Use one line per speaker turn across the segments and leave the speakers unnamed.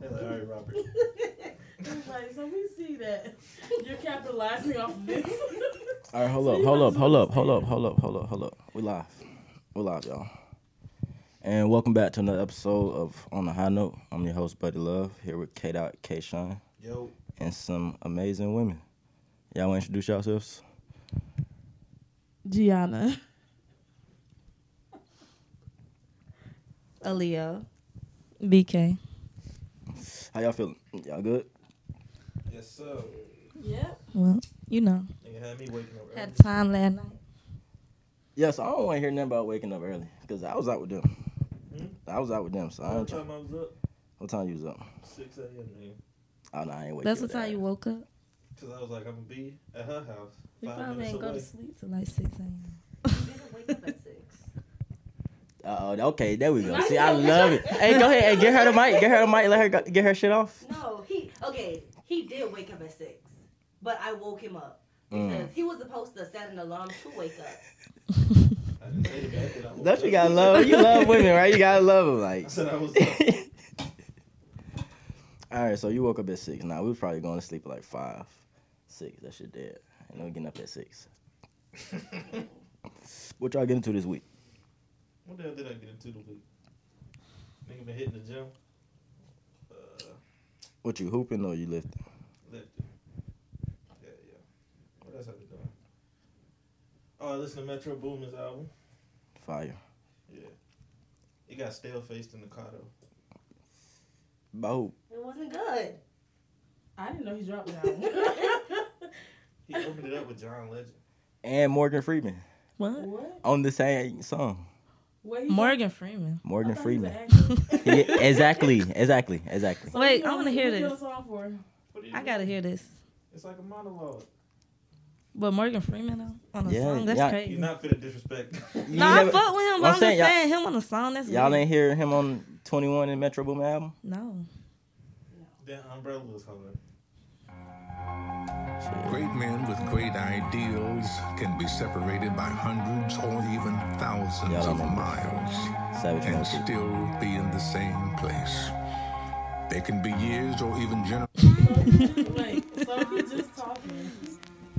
That's Larry Robert.
Like, so we see that you're capitalizing off of this.
All right, hold
So
up,
you
hold
might
up,
as
hold
well
up, hold up, hold up, hold up, hold up. We live. We live, y'all. And welcome back to another episode of On the High Note. I'm your host, Buddy Love, here with K Dot, K Shine,
Yo,
and some amazing women. Y'all want to introduce yourselves?
Gianna.
Aaliyah. BK.
How y'all feeling? Y'all good?
yes sir.
Yep.
Well, you know.
Nigga had me waking up early.
Had time last night.
Yes, I don't want to hear nothing about waking up early because I was out with them.
Hmm?
I was out with them, so I
One
ain't.
time I was up
What time you was up?
six a.m. nigga,
Oh no, I ain't waking.
That's the time you woke up.
cause I was like, I'm gonna be at her house
You
five
probably
minutes
ain't go
away.
to sleep till like 6 a.m.
Uh, okay, there we go. See, I love it. Hey, go ahead. Hey, get her the mic. Get her the mic. Let her go, get her shit off.
No, he okay. He did wake up at six, but I woke him up because
Mm.
he was supposed to set an alarm to wake up.
I didn't say the fact that I woke
That's
up.
what you gotta love. You love women, right? You gotta love them,
I
like.
said I was up.
All right, so you woke up at six. Now we was probably going to sleep at like five, six. That shit dead. And then we getting up at six. What y'all getting into this week?
What the hell did I get into the week? Nigga been hitting the gym. Uh,
What you hooping or you lifting?
lifting. Yeah, yeah. What else have we done? Oh, I listened to Metro Boomin's album.
Fire.
Yeah. It got stale faced in the car though.
By who?
It wasn't good.
I didn't know he dropped that one.
He opened it up with John Legend.
And Morgan Freeman
What?
what?
on the same song.
Where he
Morgan Freeman.
Morgan
I thought he was
Freeman.
an actor.
Yeah, exactly, exactly, exactly.
So
Wait,
what
I wanna
you-
hear
what you
this.
got a song for?
What do you
I
do?
gotta hear this.
It's like a monologue.
But Morgan Freeman though, on a
Yeah,
song, that's
yeah.
crazy.
You're not fit to disrespect.
You
no, I
never-
fuck with him. But
I'm
I'm,
saying y'all-
just saying him on a song. That's
y'all
weird.
ain't hear him on 21 and Metro Boomin album?
No,
that umbrella was holding.
Great men with great ideals can be separated by hundreds or even
Yeah, I
thousands
don't
of
know.
miles
Savage
and
Mode.
still be in the same place. They can be years or even generations.
Wait, so if he's just talking.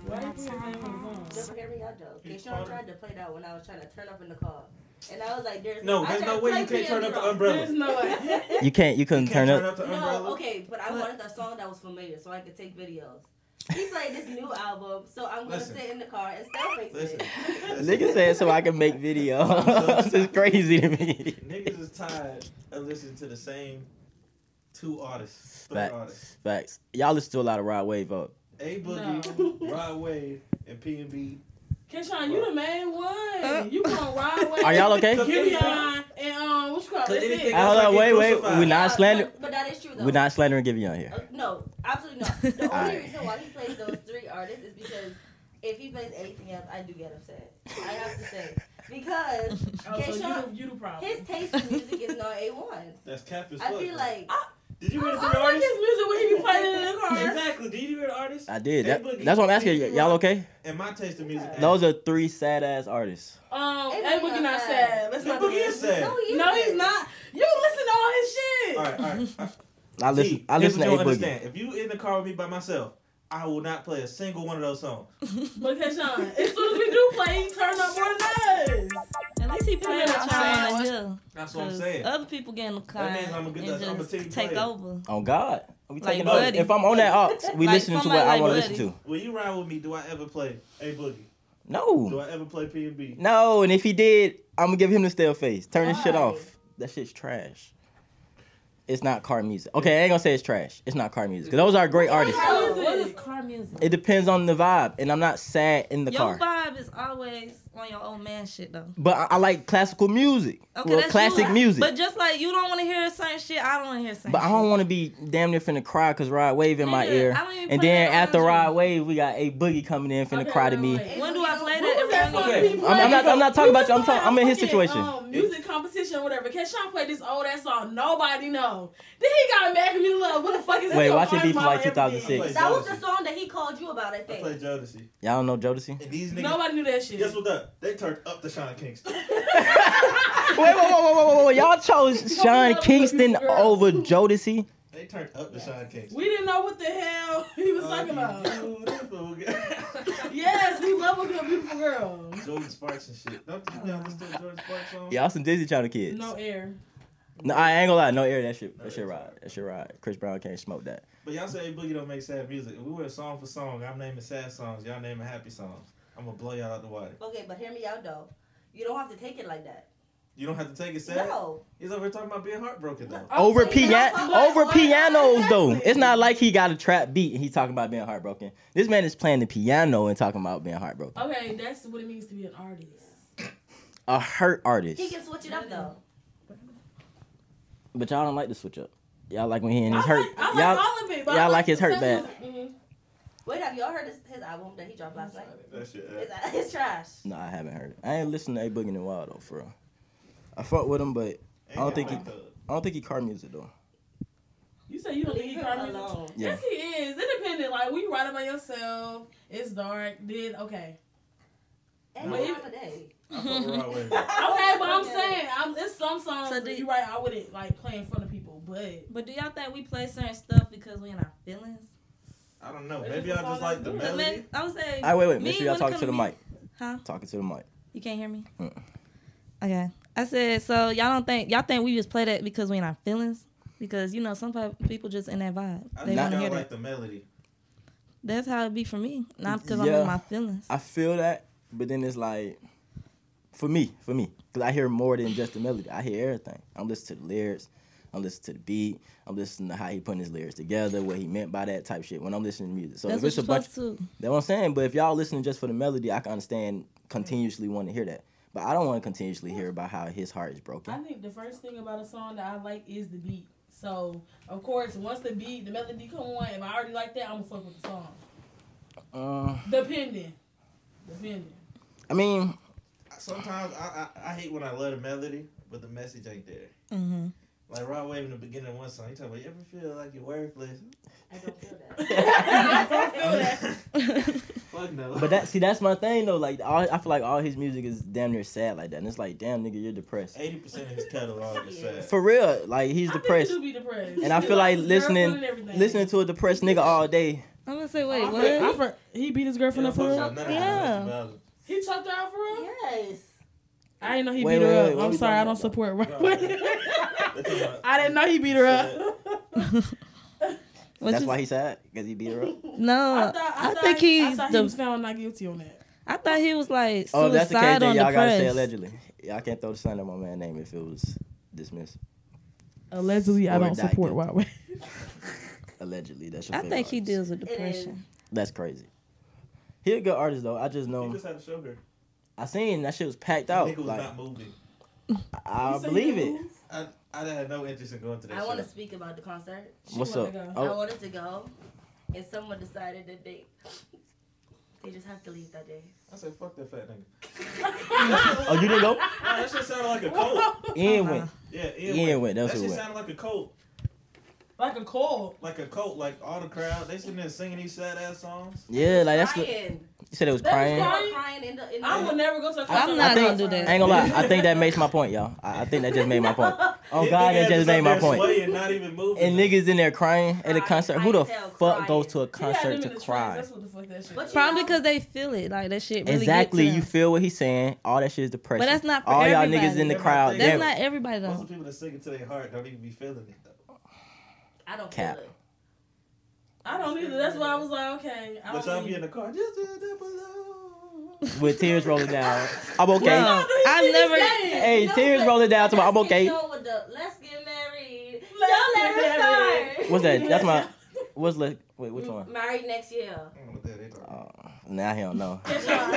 Why did his name on the
You
song?
ever hear me out though?
He's
Keshawn
funny.
tried to play that when I was trying to turn up in the car, and I was like, "There's
No,
I
there's
tried
no
to
way
play
you can't turn up
P.M.
the
Rock.
umbrella.
There's no way.
You can't. You couldn't
You
turn
can't
up.
turn up the
No,
umbrella.
okay, but I wanted a song that was familiar so I could take videos. He played this new album, so I'm gonna
Listen.
sit in the car and stay face
Listen,
it.
listen.
Nigga said so I can make video. this is crazy to me.
Niggas is tired of listening to the same two artists, three
Fact.
artists.
Facts. Y'all listen to a lot of Rod Wave up.
A Boogie, Rod Wave, and P and B.
Keshawn, you the main one.
Uh.
you gonna ride with
Are y'all okay?
Cause anything-
Giveon and um, what you call it?
Cause
That's
anything
it.
Uh,
else
hold
I
on,
get
wait, wait,
crucified.
we not-
Uh,
slander-
But, but that is true though.
We're not slandering Giveon here.
Uh, No, absolutely not. The only
Alright.
reason why he plays those three artists is because if he plays anything else, I do get upset. I have to say because
Oh, so you,
Keshawn-
the- you the problem.
his taste in music is not a one.
That's cap as
I
fuck,
feel
bro.
like
Did you
I,
hear the
I
three
like his
artists?
music when he be playing it in the car.
Exactly. Did you hear the artists?
I did.
Hey,
That,
Boogie,
that's what I'm asking.
you
Y- y'all okay?
And my taste in music.
Yeah.
ain't-
Those are three sad ass artists.
Um,
Ain't
that
Boogie
boogie not
not
sad.
sad.
Let's not.
That Boogie
do
is
that.
sad.
no, he
No,
isn't.
he's not. You listen to all his shit.
All right, all right. all right.
I listen.
See,
I
here's
listen
what
to
you
A
don't
Boogie.
understand. If you in the car with me by myself, I will not play a single one of those songs.
But Keshawn, as soon as we do play, he turn up more than us.
at least he played
I'm
with
saying
y'all on
what-
the hill.
That's what I'm
'cause
saying.
Other people get in the car
means I'm a good-
and
I'm a
just
team
take
player.
over.
On Oh, God. We
Like
taking over.
Buddy.
If I'm on that aux, we
Like
listening to what
somebody
I
like
want to
Buddy.
listen to.
When you ride with me, do I ever play A Boogie? Do
No.
I ever play P and B?
No. And if he did, I'm gonna give him the stale face. Turn this shit
Why?
off. That shit's trash. It's not car music. Okay, I ain't gonna say it's trash. It's not car music. 'Cause those are great artists.
How is
What
it?
is car music?
It depends on the vibe, and I'm not sad in the car.
Your vibe is always on your old man shit though.
But I, I like classical music. well,
that's
classic
you.
music.
But just like you don't want to hear certain shit, I don't want to hear certain.
But I don't want to be damn near finna cry because Rod Wave in my
Nigga,
ear.
I don't even
And
play
then
that
after
on
Rod
you.
Wave, we got A Boogie coming in finna
Okay,
cry to
wait,
me.
wait.
When do I play
What was that
that?
song
Okay.
he
I'm-
played?
I'm not- I'm not talking
We
about you. I'm
was
talking- I'm in his
fucking,
situation.
um, music competition, or whatever. Keshawn played this old ass song. Nobody know. Then he got mad at me. Love. What the fuck is
Wait,
this?
watch it
Orange
be from,
Mama
like, 2006.
that was the song that he called you about it.
I played Jodeci.
Y'all know Jodeci?
And these niggas,
Nobody knew that shit.
guess what that? They turned up the Sean Kingston.
Wait, wait, wait, wait, wait, wait, wait. Y'all chose
Come
Sean
on,
Kingston
girl.
over Jodeci?
They turned up the Sean Kingston.
We didn't know what the hell he was talking about.
Beautiful girl.
Yes, we love a good beautiful girl.
Jordan Sparks and shit. Don't you know this still Jordan Sparks song?
Y'all some Disney Channel kids.
No air.
No, I ain't gonna lie. No air. That shit.
No
That shit
air.
ride. That shit ride. Chris Brown can't smoke that.
But y'all say Boogie don't make sad music. If we went song for song, I'm naming sad songs. Y'all naming happy songs. I'm gonna blow y'all out the water.
Okay, but hear me out though. You don't have to take it like that.
You don't have to take it sad.
No.
He's over here talking about being heartbroken though.
I'm
over
saying
piano,
that's what-
over
why-
pianos though.
Exactly.
It's not like he got a trap beat and he talking about being heartbroken. This man is playing the piano and talking about being heartbroken.
Okay, that's what it means to be an artist.
A hurt artist.
He can switch it up though.
But y'all don't like to switch up. Y'all like when he in his
I Like,
hurt.
I like
y'all
all of it. But
y'all
I
like his hurt
bad.
bad.
Wait, have y'all heard his, his album that he dropped last night?
That shit. uh,
It's, it's trash.
No, I haven't heard it. I ain't listened to A Boogie in a while though, for real. I fuck with him, but I don't think he- I don't think he car music though.
You say you don't think he
Leave him
car music?
alone.
Yeah.
Yes, he is. Independent. Like, when you ride by yourself, it's dark. Then, okay.
And
No.
what time of day?
I fuck with Rod Wave.
Okay, but I'm saying, I'm, it's some songs
So
so
do
you
you-
right, I wouldn't like play in front of people, but.
But do y'all think we play certain stuff because we in our feelings?
I don't know.
It's
Maybe
just
y'all just
all
like the
that's
But
melody.
man, I would say.
I wait, wait.
me,
Make sure y'all
when it
talking
come
to the
me-
mic.
Huh?
Talking to the mic.
You can't hear me.
Mm-mm.
Okay. I said so. Y'all don't think y'all think we just play that because we in our feelings? Because you know some pe- people just in that vibe.
I
They
think
want to
y'all
hear
like
that.
the melody.
That's how it be for me. Not because I'm
Yeah.
in my feelings.
I feel that, but then it's like, for me, for me, because I hear more than just the melody. I hear everything. I'm listening to the lyrics. I'm listening to the beat. I'm listening to how he putting his lyrics together, what he meant by that type shit. When I'm listening to music, so
That's
if it's
what
a
you're
bunch,
supposed to.
that's what I'm saying. But if y'all listening just for the melody, I can understand continuously wanting to hear that. But I don't want to continuously hear about how his heart is
I
broken.
think the first thing about a song that I like is the beat. So of course, once the beat, the melody come on, if I already like that, I'm gonna fuck with the song.
Uh,
Depending, depending.
I mean,
Sometimes I, I I hate when I love the melody, but the message ain't there.
Mm-hmm.
Like Rod Wave in the beginning of one song, he talking about you ever feel like you're worthless?
I don't feel that.
I don't feel that.
Mm-hmm.
Fuck no.
but that see, that's my thing though. Like, all, I feel like all his music is damn near sad like that, and it's like, damn nigga, you're depressed.
eighty percent of his catalog is sad.
For real, like he's
I think
depressed.
you do be depressed.
And I feel like listening- listening to a depressed nigga all day.
I'm gonna say wait.
Wait,
What?
what? he beat his girlfriend
Yeah,
up for
fuck
real.
no, nah,
Yeah.
that's valid.
He chucked her out for real.
Yes.
I didn't know he
Wait,
beat
wait,
her
wait,
up.
what
I'm
we
sorry,
talking
I don't
about?
support.
No.
I didn't know he beat her up.
What
That's
you-
why he sad because he beat her up.
No,
I,
I,
thought, Uh, I, thought,
think he's.
I thought
the,
he was found not guilty on that.
I thought he was like
Oh,
suicidal
if that's the case. Then
and
y'all gotta say
depressed.
allegedly. Y'all can't throw the sign on my man's name if it was dismissed.
Allegedly, I
Or
don't
not
support
guilty.
Huawei.
Allegedly, that's your
I
favorite
think he
artist.
deals with
It is.
depression.
That's crazy. He a good artist though. I just
He
know
just had to show her.
I seen that shit was packed
That
out.
nigga was
Like
not moving.
I believe it.
I, I had no interest in going to that
I want to
shit.
speak about the concert.
She
What's up?
wanna go.
I
Oh,
wanted to go, and someone decided that they they just have to leave that day.
I said, fuck that fat nigga.
oh, you didn't go?
Nah, that shit sounded like a cult.
Ian went.
Yeah, Ian,
Ian
went.
went. That's
that
who
shit
went.
sounded like a cult.
Like a cold.
Like a cult. Like all the crowd. They sitting there singing these sad ass songs.
Yeah, like that's what you
crying.
said. It was
That was
crying.
crying.
Crying, crying in the. In the
I would never go to a concert.
I'm
I
not
think-
gonna do that.
I ain't gonna lie. I think that makes my point, y'all. I, I think that just made my point. Oh
His
God,
nigga
that
had
just
up
made my
there
point.
swaying, not even moving.
And niggas in there crying at a concert. Who the
Crying, crying,
fuck
crying.
goes to a
She had them
concert
in
to
the
cry?
trenches. That's what the fuck that
But
shit. But
you
Probably
know-
because they feel it. Like that shit really
exactly.
Get to
You
them.
feel what he's saying. All that shit is depression.
that's not for
all y'all niggas
everybody.
in the
That's
crowd.
not-
That's
they're-
not everybody
Most
though.
of the people that sing it to their heart don't even be feeling it though.
I don't
Cap.
feel it.
I don't either. That's why I was like, okay. I
But y'all
don't
be in
either.
the car. Just a double O.
with tears rolling down. I'm okay.
Well, I never.
hey,
No,
tears
but
rolling down to my. I'm
let's get
okay.
shown with the let's get married.
Let's
Don't let
get
her
married.
start.
What's that? That's my. What's le- Wait, which one?
Married next year.
I don't know what that is.
Oh, now he don't know.
Catch y'all.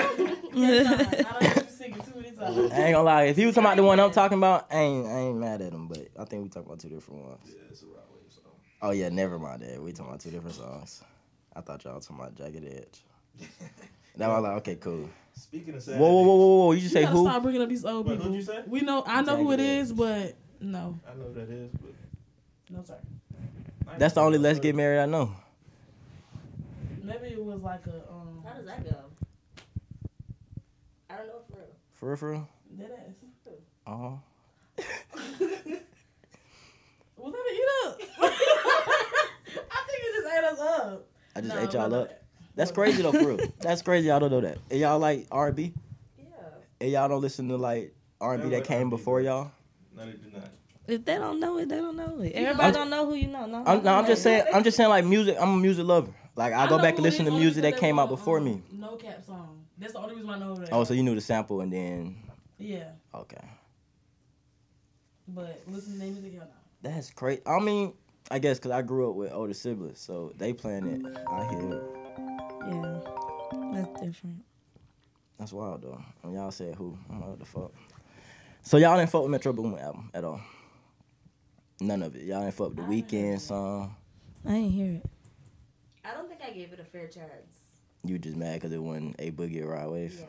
Catch y'all. I don't have to sing it too many times.
I ain't gonna lie. If he was talking about the one I'm talking about, I ain't, I ain't mad at him. But I think we talking about two different ones.
Yeah, it's a Rod Wave song.
Oh yeah, never mind that. We talking about two different songs. I thought y'all talking about Jagged Edge. Now I'm like, okay, cool.
Speaking of sad.
Whoa, whoa, whoa,
niggas,
whoa, whoa! You just say
you gotta
who?
stop bringing up these old
Wait,
people.
who'd you say?
We know. I know who it
Jagged
is, but no,
I know who that is, but.
no, sorry.
I ain't
That's the
gonna
only
go
Let's
further.
Get Married I know.
Maybe it was was like a um
How does that go? I don't know for
For real, for real?
dead ass.
Uh-huh.
real.
Was that an eat up? I think it just ate us up.
I just
Nah,
ate y'all
but-
up. That's crazy though, for real. That's crazy. Y'all don't know that. And y'all like R&B?
yeah.
And y'all don't listen to like R&B
Sound
that
like
came
R&B,
before
bro.
y'all?
No, they do not.
If they don't know it, they don't know it. Everybody
I'm-
don't know who you know. No,
I'm, no, I'm
no.
just saying. I'm just saying like music. I'm a music lover. Like I go
know
back and
who
listen
it is
to
only
music
because
that
they
came
were
out
on,
before
um,
me.
No cap song. That's the only reason why I know that.
Oh, so you knew the sample and then
yeah,
okay.
but listen to their music, hell no.
That's crazy. I mean, I guess because I grew up with older siblings, so they playing it. I hear it.
Yeah, that's different.
That's wild though. And y'all said who? I'm like, what the fuck? So y'all didn't fuck with Metro Boomin album at all. None of it. Y'all didn't fuck with the
I didn't.
weekend song.
I didn't hear it.
I don't think I gave it a fair chance.
You just mad because it wasn't a boogie or ride wave.
Yeah.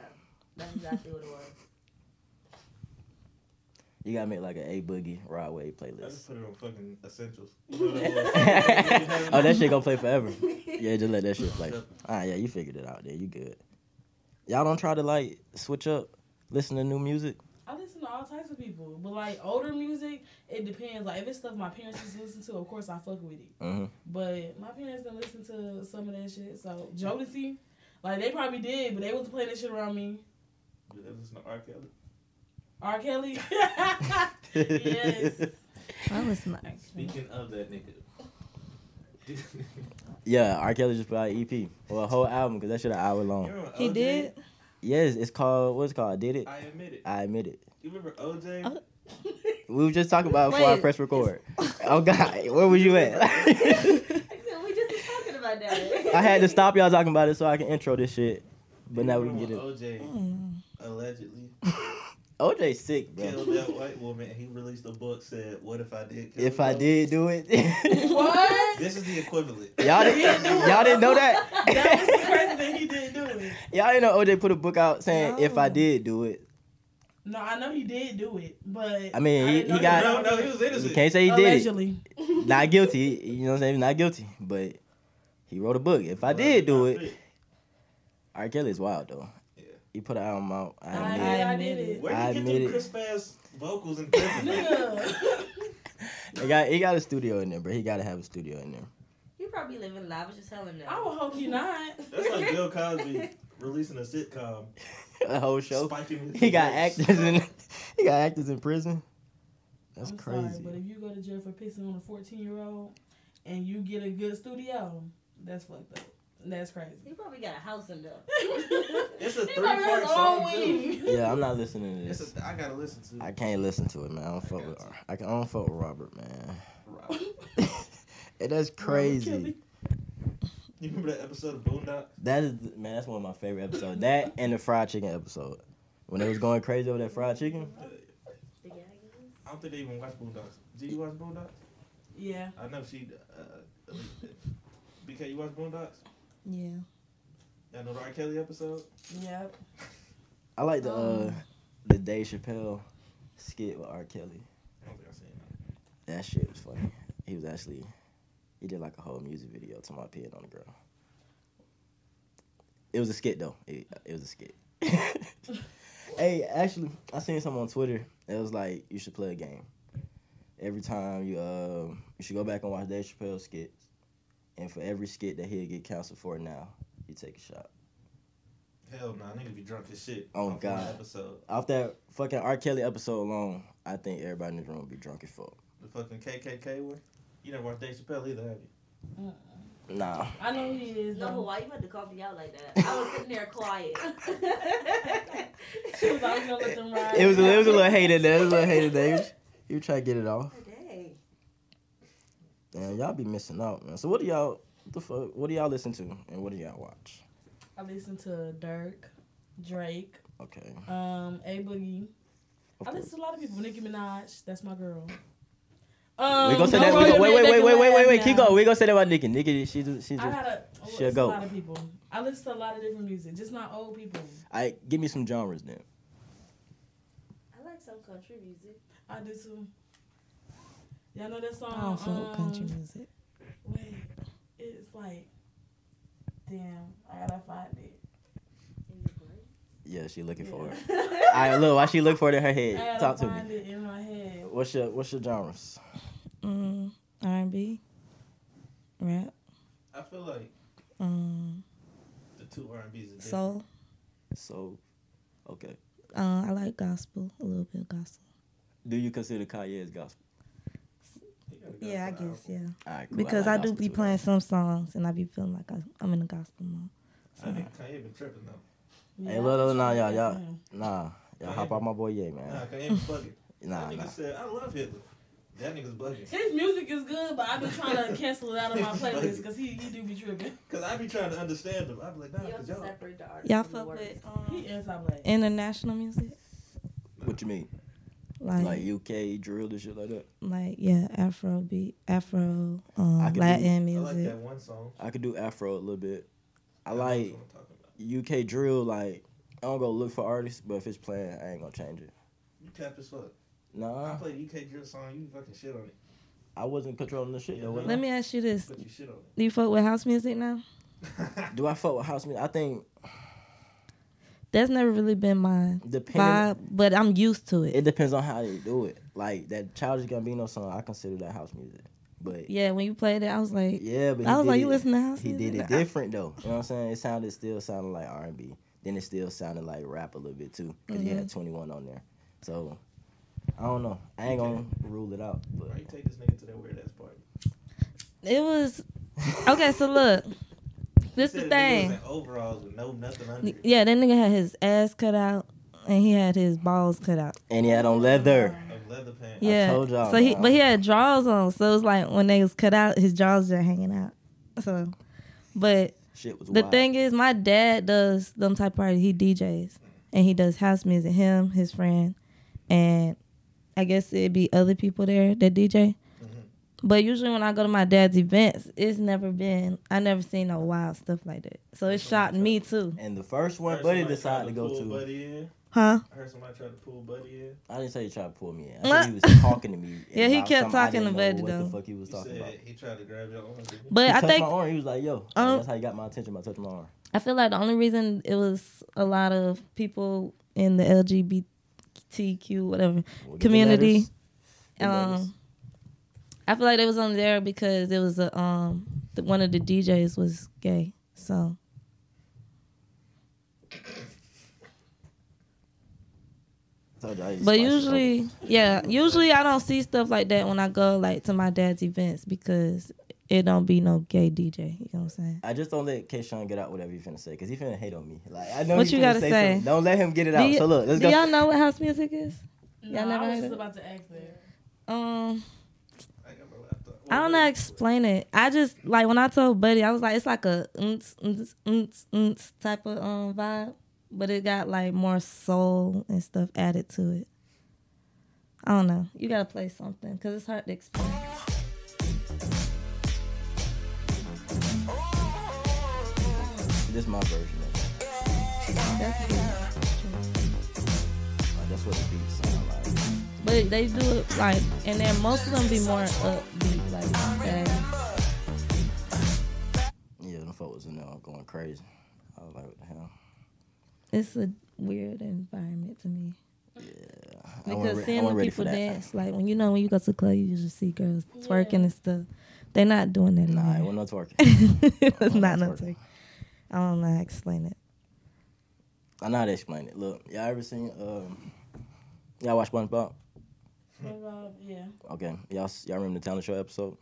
That's exactly what it was.
You gotta make like an a boogie ride wave
I just
playlist.
put it on fucking essentials.
oh, that shit gonna play forever. Yeah, just let that shit play.
Yeah.
Ah, yeah, you figured it out there. You good. Y'all don't try to like switch up, listen to new music.
I listen to all types of people, but like older music, it depends. Like if it's stuff my parents used to listen to, of course I fuck with it.
Mm-hmm.
But my parents didn't listen to some of that shit. So Jodeci, like they probably did, but they was playing that shit around me.
Yeah, I listen to R. Kelly.
R. Kelly. yes.
I listen to
Speaking of that nigga. you
Yeah, R. Kelly just put out an EP or a whole album because that shit an hour long.
remember
He
OJ?
did.
Yes, it's called what's it called. I did it.
I admit it.
I admit it.
You remember OJ?
Oh,
We were just talking about it before I
Wait,
press record. Oh God, where was you at? I
Except we just was talking about that.
had to stop y'all talking about it so I can intro this shit. But
You
now we can get
remember when OJ
it.
Mm.
allegedly
OJ sick, bro.
killed that white woman and he released a book said, What if I did kill
If I
her?"
did do it,
What?
This is the equivalent.
y'all didn't y'all didn't know
That was the crazy
that.
thing he didn't do it.
y'all didn't know OJ put a book out saying if I
No.
did do it.
No, I know he did do it, but
I mean,
I
he-
didn't know
he got-
No,
did
no,
it.
he was
You
innocent.
can't say he did it.
allegedly.
Not guilty. You know what I'm saying? He's Not guilty. But he wrote a book. If I did do it, R. Kelly's wild though.
Yeah.
He put an album out. I
I,
admit.
did,
it.
I did it.
Where
I
you get
admit it.
them crisp ass vocals in prison?
Nigga.
He got he got a studio in there, bro. He gotta have a studio in there.
He probably living lavish as hell in there.
I would hope you not.
That's like Bill Cosby releasing a sitcom.
A whole show.
Spiking his
He got
voice.
actors in he got actors in prison. That's
I'm
crazy.
Sorry, but if you go to jail for pissing on a 14 year old and you get a good studio, that's fucked up. That's crazy.
He probably got a house in there.
It's a
He
three
probably
part
has his own
song too.
wing.
yeah, I'm not listening to
It's a
this.
th- I gotta listen to.
I can't listen to it, man. I don't fuck with I, can, I don't fuck with Robert, man.
Rob.
And that's crazy.
Kelly.
You remember that episode of Boondocks?
That is man, that's one of my favorite episodes. That and the fried chicken episode. When they was going crazy over that fried chicken.
The gang
I Uh, don't think they even watch Boondocks. Do you watch Boondocks?
Yeah.
I know she. Uh, deleted it. BK, you watch Boondocks?
Yeah.
Y'all know the R. Kelly episode?
Yeah.
I like the
Um.
uh the Dave Chappelle skit with R. Kelly.
I don't think I seen
That shit was funny. He was actually he did like a whole music video to my pin on the girl. It was a skit though. It, it was a skit. hey, actually, I seen something on Twitter. It was like you should play a game. Every time you uh, you should go back and watch Dave Chappelle skits, and for every skit that he'll get canceled for now, you take a shot.
that. Hell no, nah, niggas be drunk as shit.
Oh,
off one
God.
Episode.
Off that fucking R. Kelly episode alone, I think everybody in the room would be drunk as fuck.
The fucking KKK one. You never watched Dave Chappelle either, have you?
Nah.
I know he is.
No, but
though.
why you had to call me out like that? I was sitting there quiet.
She was always gonna let them ride.
It was a, it was a little hate in there. It was a little hate in there. He was- He was trying to get it off.
Dang.
Damn, y'all be missing out, man. So what do y'all what the fuck what do y'all listen to and what do y'all watch?
I listened to Dirk, Drake,
Okay.
um, A Boogie.
Of
I
course.
listen to a lot of people. Nicki Minaj, that's my girl.
we
Um,
gonna say
don't
that.
roll
We go,
your neck
wait, wait,
and
wait, wait,
laugh
wait, wait. Keep
now.
going. We gonna say that about Nikki. Nikki, she just, she
I
just.
gotta. I
She'll
listen to
go.
a lot of people. I listen to a lot of different music, just not old people.
I give me some genres then.
I like some country music.
I do too. Y'all
Uh-uh.
know that song?
I don't fuck with country
um,
music.
Wait, it's like Damn, I gotta find it.
Yeah, she looking for it.
it.
All right, look, why she look for it in her
I gotta
head? Talk to me.
find it in my head.
What's your What's your genres?
Mm, R&B, rap,
I feel like
um,
the two R and B's are different.
soul.
So, okay.
Uh, I like gospel, a little bit of gospel.
Do you consider Kanye as gospel?
He got a gospel
Yeah, I
album.
guess, yeah.
All right, cool.
Because I,
like
do
gospel
be
too.
playing some songs and I be feeling like I, I'm in the gospel mode.
I think Kanye been tripping though.
Yeah,
Hey, look, look, nah, y'all, y'all,
Mm.
nah, y'all hop on my boy, yeah,
Nah,
man.
Kanye been bugging. that
Nah,
nigga
nah.
said, "I love Hitler." That nigga's bugging.
His music is good, but I've been trying to cancel it out of my playlist because he, he do be tripping.
Cause I be trying to understand him. I be like, nah,
You have
cause
to
y'all.
separate the artist.
Y'all
from the
fuck
work.
with
He
um,
anti-black.
international music?
What you mean?
Like,
Like
like,
UK drill and shit like that?
yeah, Afro beat, Afro,
I
um,
could do-
Latin
I like
music.
that one song.
I could do Afro a little bit. I
That one's
like
what I'm talking about.
UK drill. Like I don't go look for artists, but if it's playing, I ain't gonna change it.
You cap as fuck. I
Nah,
played UK drill song. You fucking shit on it.
I wasn't controlling the shit though. was I?
Let me ask you this:
But you shit on it.
Do you fuck with house music now?
Do I fuck with house music? I think
That's never really been my
depending.
vibe, but I'm used to
It
it.
depends on how they do it. Like that Childish Gambino song, I consider that house music. But
Yeah, when you played it, I was like,
yeah, but
I
he
was
did
like,
it-
you listen to house
He
music?
did it
Nah.
different though. You know what I'm saying? It sounded still sounded like R and B. Then it still sounded like rap a little bit too, because he
Mm-hmm.
had 21 on there. So I don't know. I ain't gonna rule it out. But
Why you take this nigga to that weird ass party?
It was okay. So look, this
Said
the
a nigga was
thing.
in overalls with no nothing under. it.
Yeah, that nigga had his ass cut out and he had his balls cut out.
and he had on leather.
Of leather pants.
Yeah.
told y'all,
so he,
man.
but he had drawers on. So it was like when they was cut out, his drawers just hanging out. So, but
Shit was
the
wild.
thing is, my dad does them type parties. He DJs and he does house music. Him, his friend, and I guess it'd be other people there that DJ.
Mm-hmm.
But usually when I go to my dad's events, it's never been. I never seen no wild stuff like that. So it shocked me too,
And the first
I
one
heard
Buddy
somebody tried
decided to go
pull
to.
Buddy in.
huh?
I heard somebody tried to pull Buddy in.
I didn't say he tried to pull me. in. I
What?
said he was talking to me.
Yeah, he
about
kept
something I
talking
didn't
to
know
Buddy,
What the
though.
fuck he was
He
talking
said
about?
he tried to grab your arm.
But
He
I
touched
think
my arm. He was like, "Yo,
Um,
that's how he got my attention by touching my arm."
I feel like the only reason it was a lot of people in the LGBTQ whatever
We'll get the
community.
letters. The letters.
Um, I feel like they was on there because it was a um the, one of the DJs was gay, so
Told y'all he's
But
spicy, bro.
usually, yeah, usually I don't see stuff like that when I go like to my dad's events because it don't be no gay DJ. You know what I'm saying?
I just don't let Kayshawn get out whatever he finna say because he finna hate on me. Like I know
What
he
you
finna
gotta say?
something. Don't let him get it
do
out.
y-
so look, let's
do
go.
y'all know what house music is?
No,
Y'all never
I was
heard
just
of it?
about to ask that.
Um,
I got my laptop.
I don't know how to explain it. I just like when I told Buddy, I was like, it's like a mm mm mm mm type of um vibe, but it got like more soul and stuff added to it. I don't know. You gotta play something because it's hard to explain.
This is my version. Of it.
That's good.
Like, that's what the beat sound like.
But they do it like, and then most of them be more upbeat, like fast.
Yeah, the folk was in there going crazy. I was like, what the hell?
It's a weird environment to me
I wasn't
because
re- I
seeing
wasn't
when
ready
people
for that.
dance, like when you know when you go to the club, you usually see girls twerking and stuff. They're not doing that. in
Nah, it
there.
wasn't no twerking.
it's
wasn't
not
no
no
twerking.
twerking. I don't know how to explain it.
I know how to explain it. Look, y'all ever seen? Um, y'all watch SpongeBob? Hmm.
SpongeBob, uh, yeah.
Okay, y'all s- y'all remember the talent show episode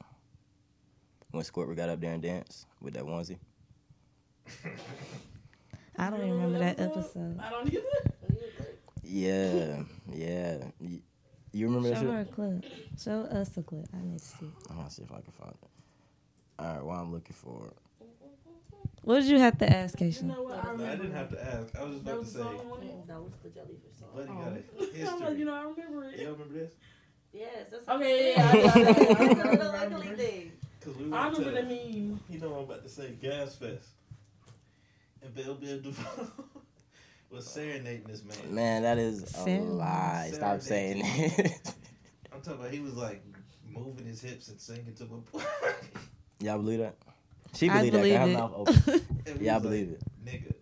when Squirtler got up there and danced with that onesie?
I don't even remember that episode.
I don't either.
Yeah, yeah. You, you remember
Show
that? shit?
her a clip. Show us a clip. I need to see.
I'm gonna see if I can find it. All right, while I'm looking for it.
What did you have to ask,
You
Keisha?
know what? I
No, I didn't
remember.
have to ask. I was just
There
about to
was a
say,
song on it.
That was the jellyfish song.
Buddy
Oh.
got a
I'm like, you
history.
know, I remember it.
Y'all remember this?
Yes, that's
Okay,
yeah,
yeah,
I
yeah,
know.
yeah.
That's the little ugly thing.
Cause we
I
went to
remember the meme.
You know what I'm about to say, Gas Fest. And Bill Bill DeVoe was serenading this man.
Man, that is a
Sarah.
lie. Stop saying
Sarah.
it.
I'm talking about he was like moving his hips and singing to a
Y'all believe that? She
I
believe that. Got her mouth open.
believe it.
If he
Yeah, I
was like,
believe it.
Nigga.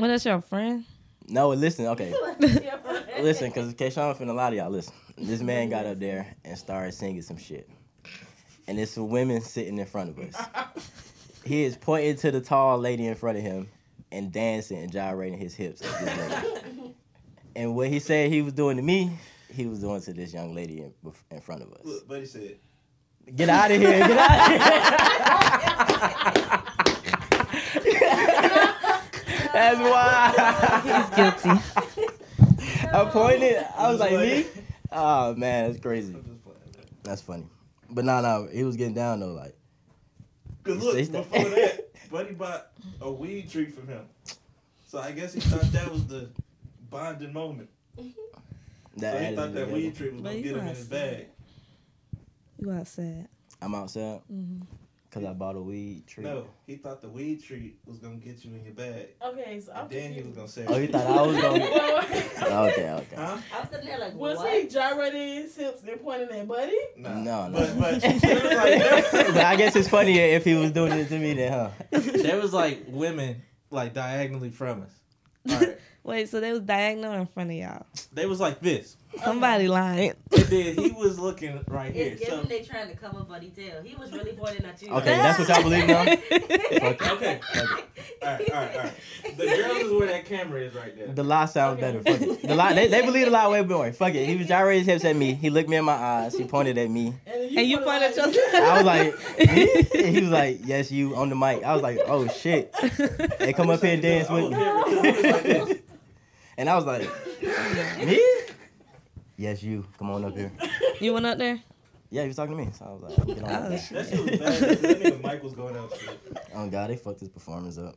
well, that's your friend.
No, listen. Okay,
Yeah.
listen, because Keshawn finna lie to y'all. Listen, this man got up there and started singing some shit, and it's women sitting in front of us. He is pointing to the tall lady in front of him and dancing and gyrating his hips. At this lady. and what he said he was doing to me, he was doing to this young lady in, bef- in front of us.
Look, buddy said.
Get out of here! Get out of here! That's why
He's guilty.
I pointed. I was like, me?
I'm
Oh man, that's crazy.
just playing.
That's funny. But no, no, he was getting down though. Like,
Cause
He
look,
says that.
before that, buddy bought a weed treat from him. So I guess he thought that was the bonding moment.
that
so he
added
thought that
together.
weed treat was
But
gonna
you
get him in
gotta
his
see
bag.
You outside.
I'm outside
Mhm.
because I bought a weed tree.
No, he thought the weed treat was gonna get you in your bag.
Okay, so I'm
And then he was
confused.
gonna say,
Oh, you thought I was gonna. Okay, okay.
Huh?
I'm sitting there like,
Was
what?
he gyrating his hips and pointing at Buddy?
Nah.
Oh, No, no.
But, but it was like,
but I guess it's funnier if he was doing it to me then, huh?
there was like women like diagonally from us. Alright.
Wait, so they was diagonal in front of y'all.
They was like this.
Somebody lying.
And then he was looking right
It's giving they trying to cover Buddy Tail. He was really pointing at you.
Okay, that's what y'all believe now. Fuck it.
okay. Alright, alright, alright. The girls is where that camera is right there.
The lie sounds
Okay.
better. Fuck it. The lie, they, they believe the lie way more. Fuck it. He was gyrating his hips at me. He looked me in my eyes. He pointed at me.
And
And you pointed at
like-
yourself.
I was like, me? And he was like, yes, you on the mic. I was like, oh shit. They come up here and dance with me.
me.
And I was like, me? Yes, you. Come on up here.
you went up there?
Yeah, he was talking to me. So I was like, get on up
Oh,
there.
shit.
That shit was bad. That nigga Mike was going out shit.
Oh God, they fucked his performance up.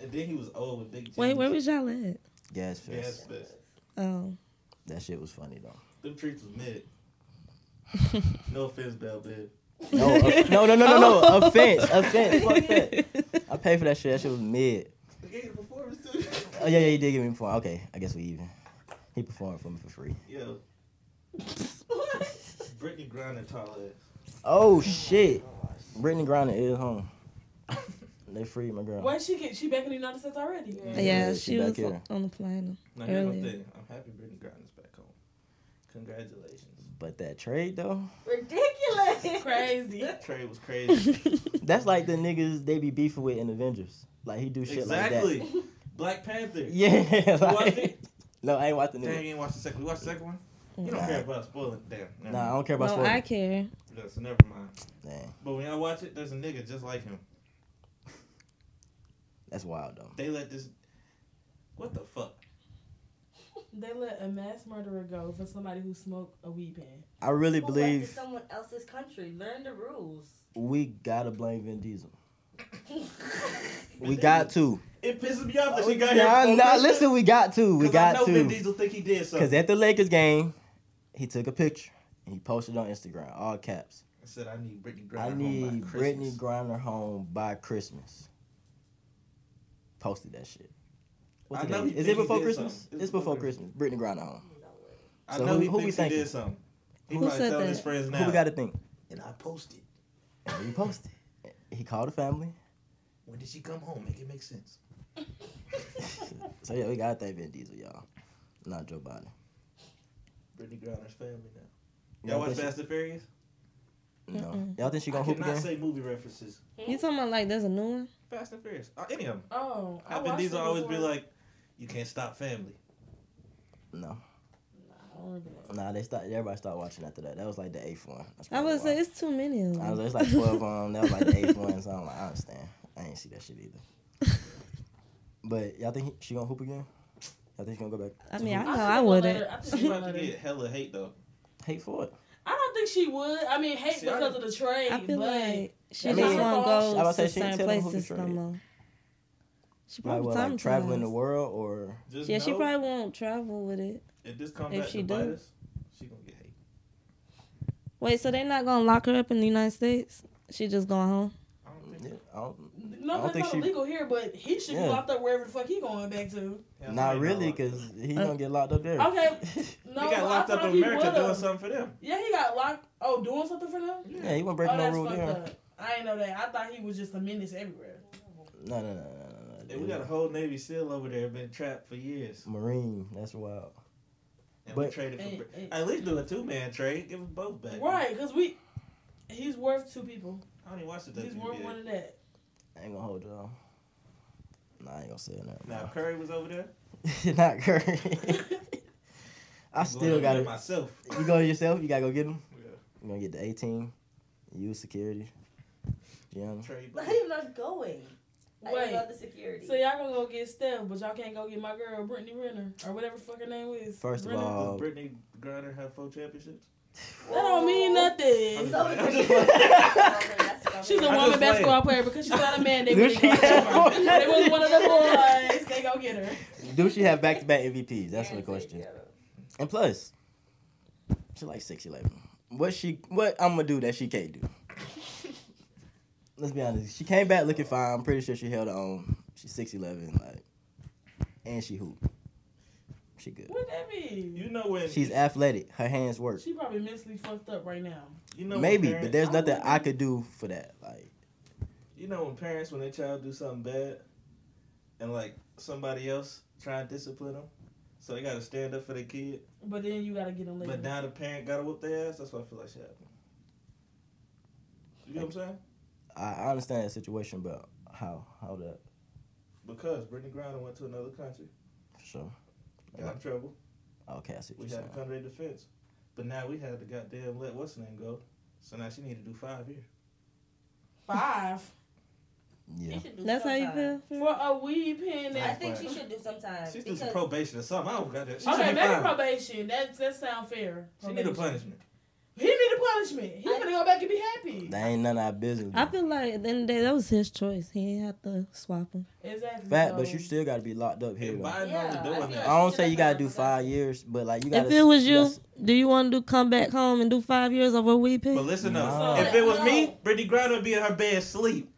And then he was old with big
Wait,
jeans.
where was y'all at?
Gas
Yeah,
fest.
that's-
Oh.
That shit was funny though.
Them treats was mid. No offense, Bell, babe.
No, off- no, no, no, no, no. Offense, offense. Fuck that. I paid for that shit. That shit was mid.
They gave you performance too.
Oh yeah, yeah, he did give me perform. Okay, I guess we even. He performed for me for free.
Yo, Brittany Griner tall ass.
Oh shit. Brittany Griner is home. they freed my girl.
Where she get? She back in the United States already.
Yeah, she,
back
was
here.
on the plane.
Now here's my
Earlier.
thing. I'm happy Brittany Griner's back home. Congratulations.
But that trade though,
Ridiculous.
Crazy.
That trade was crazy.
that's like the niggas they be beefing with in Avengers. Like he do shit
exactly.
like that.
Black Panther.
Yeah.
You watched
Like,
it?
no, I ain't watching
Dang, you
it.
ain't watched the second. You watched the second one? You don't
Nah.
care about spoiling. Damn. never
Nah, I
mind.
don't care about
No, I
sports.
care.
Yeah, so never mind.
Dang,
But when I watch it, there's a nigga just like him.
that's wild though.
They let this. What the fuck?
They let a mass murderer go for somebody who smoked a weed pen.
I really
Who went to
believe
someone else's country. Learn the rules.
we gotta blame Vin Diesel. We got to. Oh,
It pisses me off that she got
Nah,
here.
nah, listen, we got to. We
I
got
know Vin
to.
Diesel think he did
Because
something.
at the Lakers game, he took a picture and he posted on Instagram, all caps.
I said I need Brittany Griner.
I
home by
need
Christmas."
Brittany Griner home by Christmas. Posted that shit. What
I know
today?
he think
Is it
he
before
did
Christmas?
something.
It's, before Christmas. Brittany Griner home.
No way.
I
So
know
who-
he
who we
thinks he
thinking?
did something. He
Who
probably
said
telling his
that?
friends now.
Who we got to think?
and I posted.
And he posted. He called the family.
When did she come home? Make it make sense.
So yeah, we got to thank Vin Diesel, y'all. Not Joe Biden.
Brittany Griner's family now.
Y'all
Y'all watch
think she-
Fast and Furious?
No.
Mm-mm.
Y'all think she
I
gonna hoop
cannot
again?
say movie references.
You talking about like there's a new one?
Fast and Furious. Uh, any of them.
Oh,
I Vin
watched
Diesel
it
always be
before.
like, you can't stop family.
No.
I don't remember that.
Nah, they start. Everybody started watching after that. That was like the eighth one. That's
I
probably
was say
why.
it's too many. of them.
I was it's like twelve of them. That was like the eighth one. So I'm like, I understand. I ain't see that shit either. But y'all think he- she gonna hoop again? Y'all think she gonna go back?
I
to
mean, I
hoop?
know
think
I
I'm gonna let
wouldn't.
her- I think
She
I'm
about
gonna
to
let her-
get hella hate though.
hate for it.
I don't think she would. I mean, hate
See, I
because
don't-
of the trade.
I feel
but
like she
I
just
mean-
won't
I
was
go
about
to
to say she
certain
ain't telling who to
places no
trade.
more. She
Like,
probably
what, like
sometimes.
traveling the world or
Just
Yeah, she
know
probably won't travel with it.
If this comes
if
back
she
to bite
do.
us, she gonna get hate.
Wait, so they not gonna lock her up in the United States? She just going home?
I don't think
yeah, I don't,
No,
I don't
that's
think
not
she-
illegal here, but he should
Yeah.
be locked up wherever the fuck he going back to.
yeah,
not
they
really
locked up.
because he gonna get locked up there.
Uh, Okay.
They
No, but
got locked
I
up
thought
in
he
America doing
would've.
something for them.
Yeah, he got locked. Oh, doing something for them?
yeah, he won't break
Oh,
no
that's
rule
fucked
there.
up. I ain't know that. I thought he was just a menace everywhere.
No, no, no, no, no, no.
Hey, we got a whole Navy SEAL over there been trapped for years.
Marine. That's wild.
And we
But-
traded for.
Hey,
Br-
hey.
At least do a two man trade. Give them both back.
Right, because we. He's worth two people.
I don't even watch the
He's worth one
WNBA.
of that.
I ain't gonna hold y'all. Nah, I ain't gonna say nothing.
Now
bro.
Curry was over there.
Not Curry. I
I'm going
still
over
got
there
it.
myself.
You go yourself. You gotta go get him.
Yeah.
You gonna get the 18. Use security. Gianna.
Trade
I'm
back.
not going. I
Wait.
ain't about the security.
So y'all gonna go get Steph, but y'all can't go get my girl Brittany Renner or whatever fuck her name is.
First of
Renner.
all-
Does
Um,
Brittany Griner have four championships?
that don't mean
I'm
nothing.
just-
So it's-
I'm just-
She's a
I
woman
just
basketball player because she's not a man. They
Do
really
she
go get
have-
her. They was one of the boys. They go get her.
Do she have back-to-back MVPs? That's the question. And plus, she like six eleven. What she what I'm gonna do that she can't do? Let's be honest. She came back looking fine. I'm pretty sure she held her own. She's six eleven, like, and she hoop. She good.
What that mean?
You know when
She's athletic. Her hands work.
She probably mentally fucked up right now.
you know when
Maybe,
parents-
but there's
I
nothing
wouldn't-
I could do for that. Like,
You know when parents when their child do something bad, and like somebody else try and discipline them, so they gotta stand up for their kid.
But then you gotta get them later.
But now the parent gotta whoop their ass. That's what I feel like should happen. You know what I'm saying?
I, I understand that situation, but how how that
Because Brittany Griner went to another country,
for sure?
got in trouble.
Okay, I see
We
what you're
had to
saying.
come to their defense, but now we had to goddamn let what's her name go. So now she need to do five here.
Five
Yeah,
That's how you feel.
for a weed pen.
I
That,
think she should do sometimes.
She's doing
because
some probation or something. I don't got that. She
okay,
should be
maybe
five.
Oh, probation. That that sound fair.
She need a
Probation.
punishment.
He need a punishment. He gonna go back and be happy.
that ain't none of our business.
I feel like at the end of the day, that was his choice. He didn't have to swap him.
Exactly.
Fat,
so-
but you still gotta be locked up here.
And
though.
Biden
Yeah,
only doing
I feel
that.
I don't say you gotta do five years, but like you gotta.
If it was you,
gotta-
do you want to do come back home and do five years over a weed
But
pen?
listen up.
No.
If it was me,
No.
Brittany Griner would be in her bed asleep.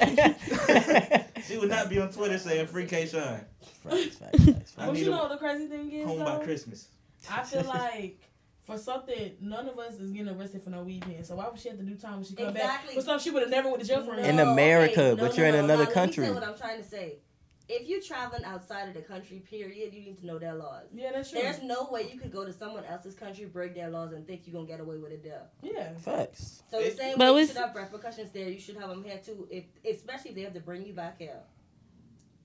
She would not be on Twitter saying free K Shine.
Facts, facts, facts,
I
But
need
you
a-
know what the crazy thing is
Home by
though?
Christmas.
I feel like for something, none of us is getting arrested for no weed pen. So why would she have to do time when she come back
Exactly.
for something she would have never went to jail for?
No,
In America,
okay,
but you're in another
now,
country.
Let me say what I'm trying to say. If you're traveling outside of the country, period, you need to know their laws.
yeah, that's true.
There's no way you could go to someone else's country, break their laws, and think you're gonna get away with it there.
yeah.
facts.
So the
It-
same
But
way you
it's-
should have repercussions there, you should have them here too. If especially if they have to bring you back here.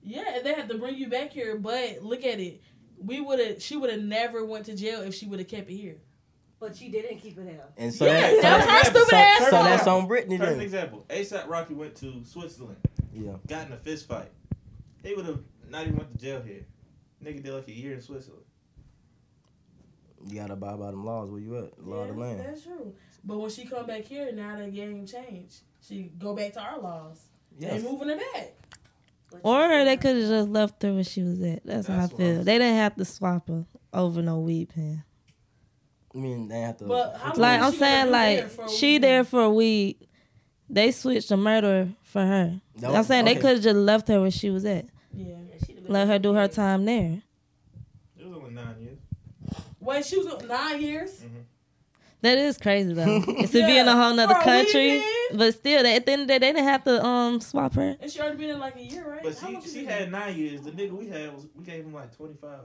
Yeah, and they have to bring you back here, but look at it. We would have. She would have never went to jail if she would have kept it here.
But she didn't keep it here.
And so,
Yeah,
that,
that's
so,
her
that-
stupid
so,
ass
so
fault.
that's on Britney
Perfect
then.
example. ASAP Rocky went to Switzerland,
Yeah,
got in a fist fight. He would have not even went to jail here. Nigga did like a year in Switzerland.
you gotta abide by them laws. Where you at? Law of the
Yeah,
land.
That's true. But when she come back here, now the game changed. She go back to our laws.
Yeah,
They moving her back.
But she
Or
didn't.
they could have just left her where she was at. That's, how I
That's what
feel.
I'm-
They didn't have to swap her over no weed pen.
I mean they have to.
But how-
Like
She
I'm
gonna
saying,
be
like
there for a
she
weed.
there for a weed. They switched the murder for her.
That
I'm
was-
saying they
okay.
could have just left her where she was at.
Yeah.
Yeah, she'd have been
Let her do her
okay.
time there.
It was only nine years.
Wait, she was on nine years.
That is crazy though. It's to be in
Yeah,
a whole nother
for a
country.
weekend.
But still, they, at the end of the day, they didn't have to um swap her.
And she already been in like a year, right?
But
How
she,
long
she
been
had
in?
nine years. The nigga we had was we gave him like twenty five.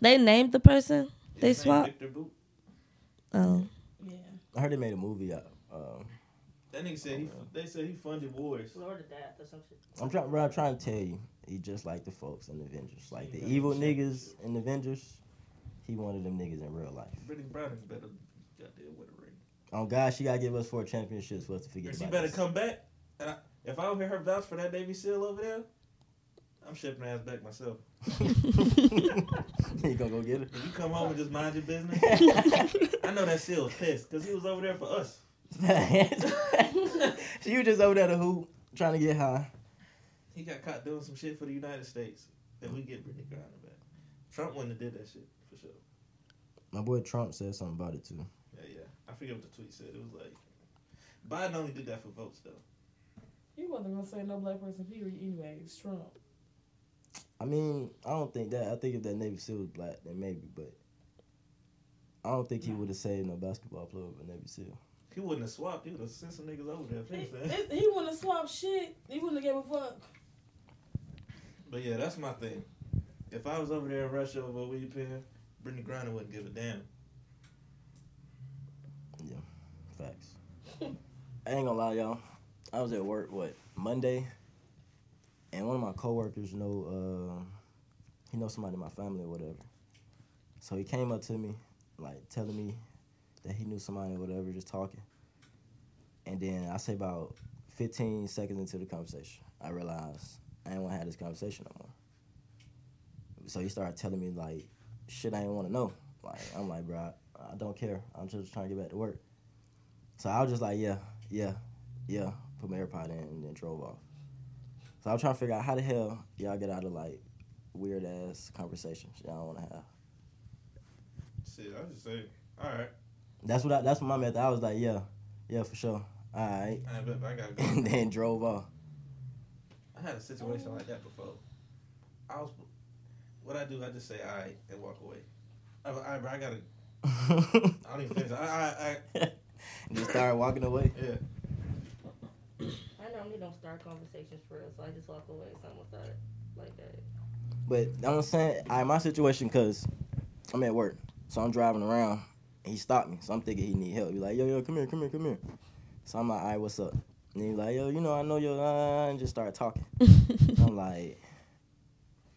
They named the person. They swapped?
Victor Boot.
Oh,
Yeah.
I heard they made a movie out. Um,
That nigga said he they said he funded wars.
Lord of death or some shit.
I'm trying. What I'm trying to tell you, he just like the folks in Avengers, like the evil niggas in Avengers. He one of them niggas in real life.
Brittany Browning's better goddamn with a ring.
Oh God, she gotta give us four championships for us to forget
She
about.
better
this.
come back. And I, if I don't hear her vouch for that Navy SEAL over there, I'm shipping her ass back myself.
you gonna go get her?
If you come home and just mind your business,
Oh.
I know that SEAL was pissed because he was over there for us.
she was just over there to hoop, trying to get high.
He got caught doing some shit for the United States, and we get Brittany Griner back. Trump wouldn't have did that shit for sure.
My boy Trump said something about it too.
Yeah, yeah. I forget what the tweet said. It was like Biden only did that for votes though.
You wasn't gonna say no black person period anyway. It's Trump.
I mean, I don't think that. I think if that Navy SEAL was black, then maybe, but I don't think he would have saved no basketball player with Navy SEAL.
He wouldn't have swapped. He would have sent some niggas over there.
He,
fix that.
it- he wouldn't have swapped shit. He wouldn't have gave a fuck.
But yeah, that's my thing. If I was over there in Russia, what were you paying? Brittany Griner wouldn't give a damn.
Facts. I ain't gonna lie, y'all. I was at work what Monday, and one of my coworkers know uh, he knows somebody in my family or whatever. So he came up to me, like telling me that he knew somebody or whatever, just talking. And then I say about 15 seconds into the conversation, I realized I ain't wanna have this conversation no more. So he started telling me like shit I ain't wanna know. Like I'm like, bro, I, I don't care. I'm just trying to get back to work. So I was just like, yeah, yeah, yeah. Put my AirPod in and then drove off. So I'm trying to figure out how the hell y'all get out of like weird ass conversations y'all don't want to have.
Shit, I just say, all right,
That's what I, that's what my method. I was like, yeah, yeah, for sure. All right,
I bet I gotta go.
and then drove off.
I had a situation like that before. I was, what I do, I just say all right and walk away. I, I, bro, I gotta. I don't even finish. I, I, I
And just started walking away.
yeah.
I normally don't start conversations for real, so I just walk away. So I'm gonna start like that.
But you know what I'm saying, I my situation, cause I'm at work, so I'm driving around. And he stopped me, so I'm thinking he need help. He like, yo, yo, come here, come here, come here. So I'm like, all right, what's up? And he like, yo, you know, I know your line, and just started talking. I'm like,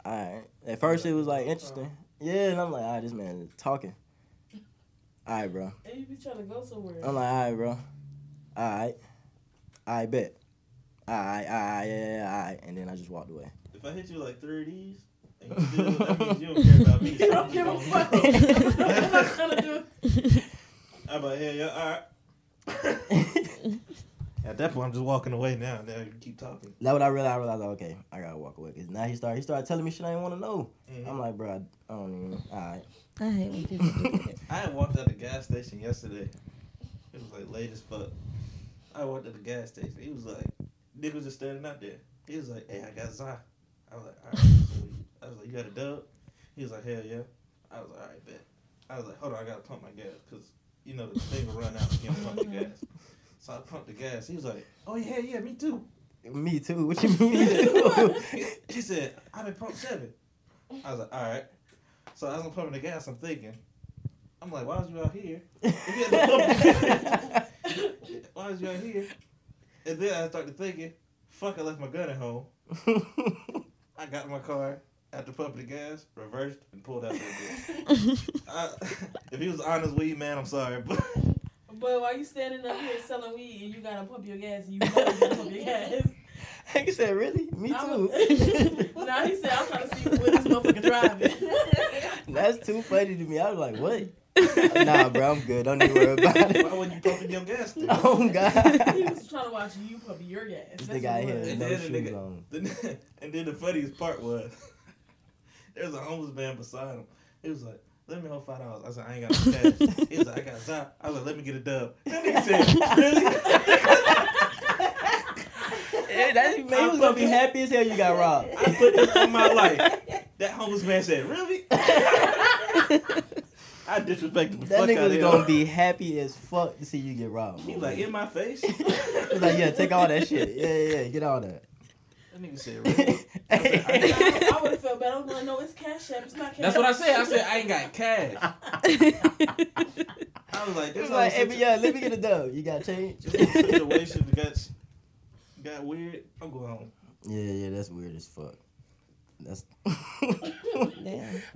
all right. At first it was like interesting, yeah, and I'm like, all right, this man is talking. All right, bro.
And you be trying to go somewhere.
I'm like, all right, bro. All right, I bet. All right, all right, yeah, yeah, yeah, all right. And then I just walked away.
If I hit you like three of these, and you do, that means you don't care about me.
You don't give a fuck. I'm not trying to do
I'm like, yeah, yeah, all right. At that point, I'm just walking away now. Now you keep talking.
That what I realized. I realized, okay, I gotta walk away. Cause now he started. He started telling me shit I didn't want to know.
Mhm.
I'm like, bro, I, I don't even. All right.
I hate when people do that.
I had walked out the gas station yesterday. It was like late as fuck. I walked out the gas station. He was like, Nick was just standing out there. He was like, hey, I got Zy. I was like, all right. so we- I was like, you got a dub? He was like, hell yeah. I was like, all right, bet. I was like, hold on, I gotta pump my gas because you know the thing will run out if you don't pump the gas. So I pumped the gas. He was like, oh yeah, yeah, me too.
Me too. What you mean? Me too?
He said, I've been pumped seven. I was like, all right. So as I'm pumping the gas, I'm thinking, I'm like, why was you out here? Why was you out here? And then I started thinking, fuck, I left my gun at home. I got in my car, after pumping the gas, reversed, and pulled out that bitch. I- if he was honest weed man, I'm sorry, but
But while you standing up here selling weed and you gotta pump your gas and you know you gotta pump your gas.
he said, really? Me
I'm-
too.
now he said, I'm trying to see where this motherfucker driving.
That's too funny to me. I was like, what? nah, bro, I'm good. Don't even worry about
why
it.
wouldn't you pumping your gas then?
Oh
he
God.
was trying to watch you pump your gas.
This
That's
nigga out
what
here
it was.
with
And
no
then the
shoes
nigga-
on.
Then- and then the funniest part was there was a homeless man beside him. He was like, let me hold five dollars. I said, I ain't got no cash. He was like, I got Zop. I was like, let me get a dub. That nigga said, really?
Yeah, that man he was gonna be happy as hell. You got robbed.
I put this on my life. That homeless man said, really? I disrespected the
That
fuck
nigga
out of
was
him.
gonna be happy as fuck to see you get robbed.
He was like, in my face?
He was like, yeah, take all that shit. Yeah, yeah, yeah, get all that.
That nigga said, really?
I, would have felt better. I'm like, no, it's Cash App. It's not Cash
That's what I
App.
said. I said, I ain't got cash. I was like,
He
this is
was like,
like,
hey, but yeah, let me get a dub. You got change?
This whole situation got got weird. I'm going home.
Yeah, yeah, that's weird as fuck. That's
Damn.
I
That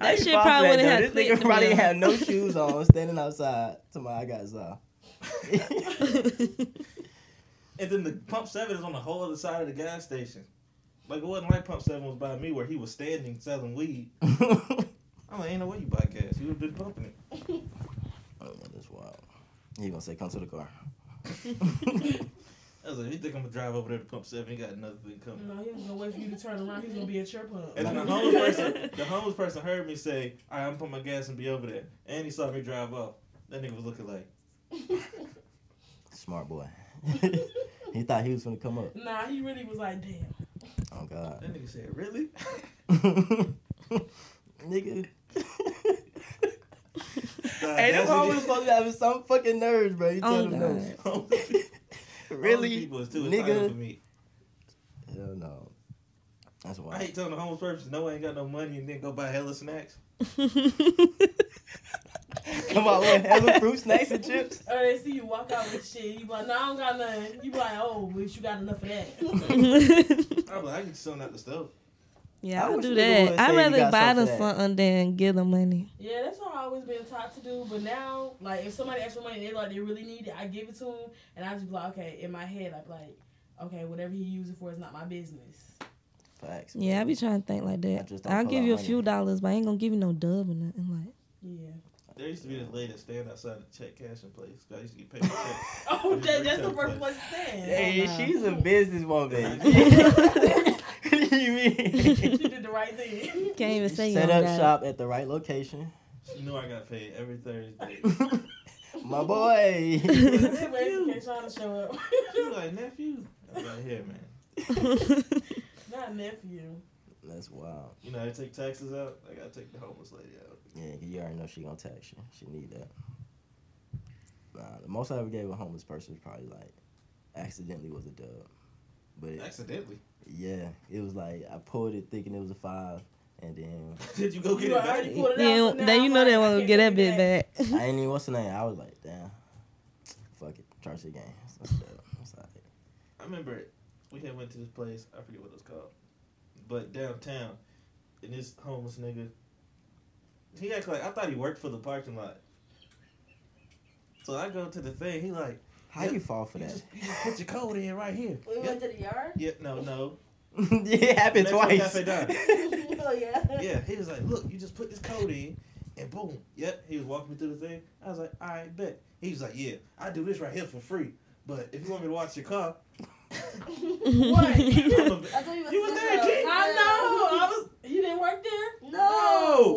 ain't
shit
fuck
probably
with that, though.
wouldn't have
This nigga
clicked.
probably
to
had
them.
no shoes on, standing outside. Tomorrow I got Zaw.
And then the pump seven is on the whole other side of the gas station. Like it wasn't like pump seven was by me where he was standing selling weed. I'm like, ain't no way you buy gas. You would have been pumping it.
Oh, that is wild. He gonna say, "Come to the car."
I was like, if you think I'm gonna drive over there to pump seven, you got another thing coming.
No, he was gonna wait for you to turn around. He was gonna be at your pump.
And then the homeless person, the homeless person heard me say, "All right, I'm putting my gas and be over there." And he saw me drive off. That nigga was looking like,
Smart boy. he thought he was gonna come up.
Nah, he really was like, damn.
Oh God.
that nigga said, "Really?"
Nigga.
So God,
Ain't no
that's what
problem
it-
with fuck having some fucking nerves, bro. You tell
Oh,
them no.
God.
Homeless
really?
people is too
nigga?
entitled for me.
Hell no. That's
I
why.
hate telling the homeless person, no, I ain't got no money, and then go buy hella snacks.
Come on, what? Hella fruit snacks and chips.
Or they see you walk out with shit. You be like, no, I don't got nothing. You be like, oh, bitch, you got enough of that.
I'm like, I can sell out the stove.
yeah,
I
I'll
wish
do
we would've
that.
said
I'd
you
rather
got
buy
something
them
for that.
something than give them money.
Yeah, that's what I always been taught to do. But now, like, if somebody asks for money, and they like they really need it. I give it to them, and I just be like, okay, in my head, I'm like, okay, whatever he uses for is not my business.
Facts.
Yeah, I be trying to think like
I
that.
just don't
I'll
pull
give
out
you a
money.
few dollars, but I ain't gonna give you no dub or nothing. Like,
Yeah.
There used to be this lady that stand outside the check cashing place. 'cause I used to get paid for checks.
Oh, that, that's the
Retail place.
workplace thing.
Hey,
no.
she's a businesswoman. what do you mean?
She did the right thing.
can't even say you
Set
don't
up
got it.
shop at the right location.
She knew I got paid every Thursday.
My boy.
Everybody trying to show up.
She was like, nephew. I'm like, here, man.
Not nephew.
That's wild.
You know, I take taxes out. I gotta take the homeless lady out.
Yeah, you already know she gonna tax you. She need that. Nah, the most I ever gave a homeless person was probably like accidentally was a dub. But it,
Accidentally.
yeah, it was like I pulled it thinking it was a five and then
Did you go get
You
it
already
back?
pulled it out.
yeah,
so now
then you
I'm
know
like,
they
I
won't
can't
get that
take
bit back.
I ain't even what's the name. I was like, damn, fuck it, charge the game. So, it's like,
I remember it. we had went to this place. I forget what it was called, but downtown, and this homeless nigga, he act like I thought he worked for the parking lot. So I go to the thing. He like,
how you fall for
you
that?
just, you just put your code in right here.
We
Yeah,
went to the yard.
yeah, no, no.
it happened
Next one,
twice.
Cafe Dime.
oh yeah.
Yeah, he was like, look, you just put this code in, and boom. Yep, he was walking me through the thing. I was like, all right, bet. He was like, yeah, I do this right here for free. But if you want me to watch your car,
What?
I'm a-
I thought you was,
You was there, G.
I know. I was. He didn't work
No.
there.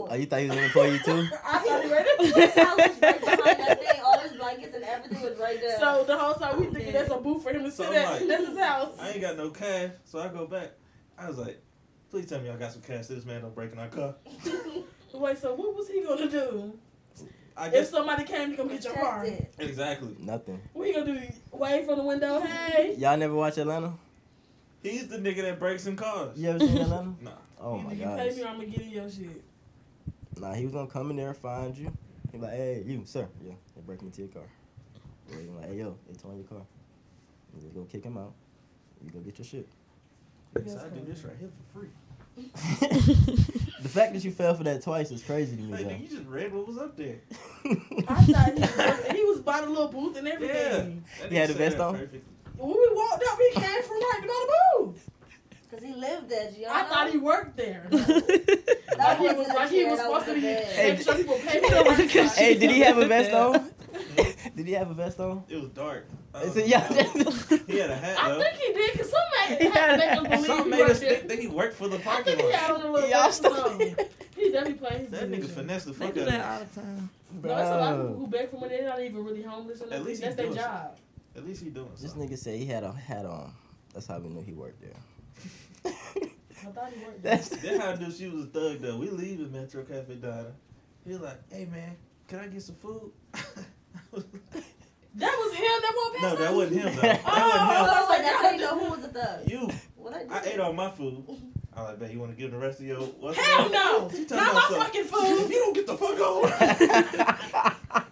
oh, you thought he was an employee too?
I thought you were there. His house was right behind that thing. All his blankets and everything was right there.
So the whole time we thinking that's a booth for him to
So
sit
I'm
at.
like-
that's his house.
I ain't got no cash, so I go back. I was like, please tell me y'all got some cash. so This man don't break in our car.
Wait, so what was he gonna do
I
if
guess
somebody came to come get your car?
Protected.
exactly.
Nothing.
What he gonna do? Wave from the window, hey.
Y'all never watch Atlanta?
He's the nigga that breaks in cars.
You ever seen Atlanta?
Nah.
Oh my
Either you pay
gosh.
me or I'm gonna get in your shit.
Nah, he was gonna come in there and find you. He like, hey, you, sir, yeah, they break me to your car. Or he like, hey, yo, they towing your car. You just go kick him out. You go get your shit.
So I do this right here for free.
the fact that you fell for that twice is crazy to me,
Like,
though.
nigga, you just read what was up there.
I thought he was, he was by the little booth and everything.
That
He had
nigga
a
said
vest
that
on?
perfectly.
When we walked up, he came from right to by the booth.
Cause he lived there, G.
I thought he worked there.
That
Like he was like he was
that
supposed to be
bed.
making sure people pay for it.
hey, did he have a vest on? did he have a vest on?
It was dark. I
Is
don't
it,
know.
yeah.
He had a hat
I
though.
think he did, cause somebody had to make us believe
Something
he
made us
worked
think
there.
that he worked for the
I
parking
think he
lot.
had on a little
Y'all
vest or
stop.
something. He definitely playing his
That nigga
position.
finessed the
They
fuck
do
out of
that
him.
all the time.
No, it's a lot of people
Bro.
who beg for money. They're not even really homeless or nothing.
least
That's
he's
their
doing
job.
At least he doing
This
something.
nigga said he had a hat on. That's how we knew he worked there.
I thought he worked. there.
That's
That how I knew she was a thug though. We leaving Metro Cafe Diner. He like, hey man, can I get some food?
That was him. That won't pass
no, that
us?
wasn't him though. That
Oh,
I
I
was
was
like,
that's
how
how you
did-
know who was a thug.
wasn't him. You,
What I
I
did.
ate all my food. I like, man, you want to give him the rest of your what's
Hell
that?
no!
She talking
Not
about
my
some-
fucking food.
You don't get the fuck on.
I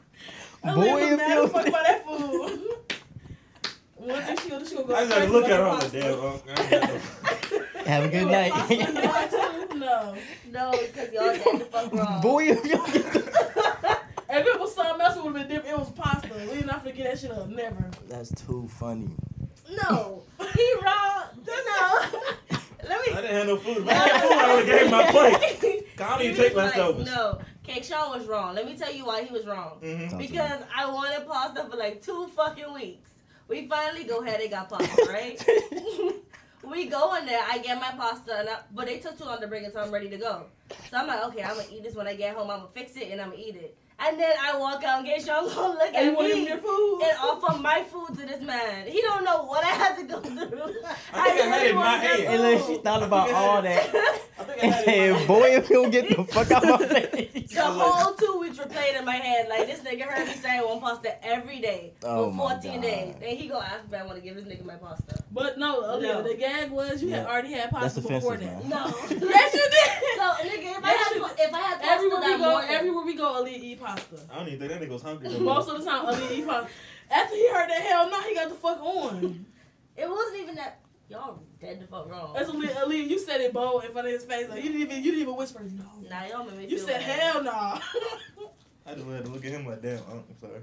Boy,
don't even
if
mad
you-
as fuck about that food. One thing she gonna do, she gonna go.
I just had to
crazy
look at
about
her. I'm
the
like, damn,
pasta.
Unc, I ain't got no-
Have a good
It was pasta and
night.
pasta, No,
No, because y'all did the fuck wrong.
Boy, if you don't get the-
if it was something else, it would have been different. It was pasta. We did not forget that shit up. Never.
That's too funny.
No, he wrong. No, let me.
I didn't have no food. If I had food, I would have gave my plate. I don't
He
even
was
take
like,
leftovers.
No, Cake Shaw was wrong. Let me tell you why he was wrong.
Mhm.
Talk to me.
Because I wanted pasta for like two fucking weeks. We finally go ahead and got pasta, right? we go in there, I get my pasta, and I, but they took too long to bring it, so I'm ready to go. So I'm like, okay, I'm gonna eat this when I get home. I'm gonna fix it and I'm gonna eat it. And then I walk out and get Sean gonna look
And you
at
want him
me
your food?
and offer my food to this man. He don't know what I had to go through.
I think I had it in my
wanted
hand.
And look, she thought about all that
food.
I think I
and
had it. in my-
said, "Boy, if you don't get the fuck out my face."
The whole two weeks were played in my head. Like this nigga heard me saying one pasta every day
Oh,
for
my
14
God.
days. Then he go ask me I want to give this nigga my pasta.
But no, Aaliyah,
No.
the gag was you had
Yeah.
already had
That's
pasta before that.
offensive, man.
No.
Yes, you did.
So nigga, if I
Yes,
had
you-
if I had pasta
everywhere we
that
go,
morning,
everywhere we go, Aaliyah eat pasta.
I don't even think that nigga was hungry. no
Mm-hmm.
more.
Most of the time, Aaliyah eat pasta. After he heard that, hell no, he got the fuck on.
it wasn't even that. Y'all dead the fuck wrong.
That's Aaliyah. Aaliyah, you said it bold in front of his face. Like you didn't even, you didn't even whisper no.
Nah, y'all made me
You
feel
said
bad.
hell no.
I just had to look at him like, damn, I'm sorry.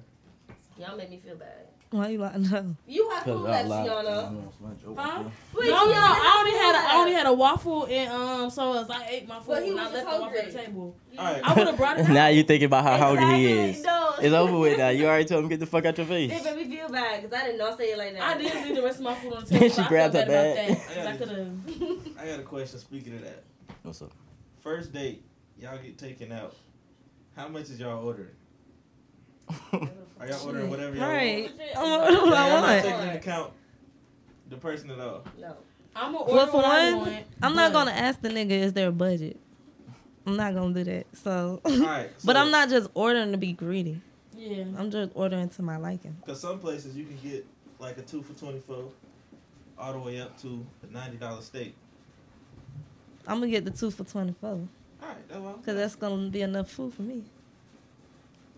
Y'all made me feel bad.
Why you like no?
You have cool lips,
I
Yana.
know, it's my joke,
Huh?
bro.
No,
Wait,
no,
you have
I only
cool
had a, I
lips.
only had a waffle and um, so as I ate my food
But he
and I
was
left
just
the waffle at the
hungry.
table.
All right.
I would've brought it
now
out.
you thinking about how hungry he
Exactly,
is.
No.
It's over with now. You already told him get the fuck out your face.
It made me feel bad because I did not say it like that.
I didn't leave the rest of my food on the
Then
table.
she
so I
grabbed
felt
her
bad about
bag.
that, 'cause I could have.
I got a question. Speaking of that,
What's up?
first date, y'all get taken out. How much is y'all ordering? Are y'all ordering whatever y'all
Right.
want?
I'm gonna order what
y'all
I
not
want.
taking into account the person at all.
No.
I'm gonna order
Well, for
what I
one,
want,
I'm not
but-
gonna ask the nigga is there a budget. I'm not gonna do that. So,
All right.
but I'm not just ordering to be greedy.
Yeah.
I'm just ordering to my liking.
Because some places you can get like a two for twenty four, all the way up to a ninety dollar steak.
I'm gonna get the two for twenty four
All right, that's what I'm.
because that's gonna be enough food for me.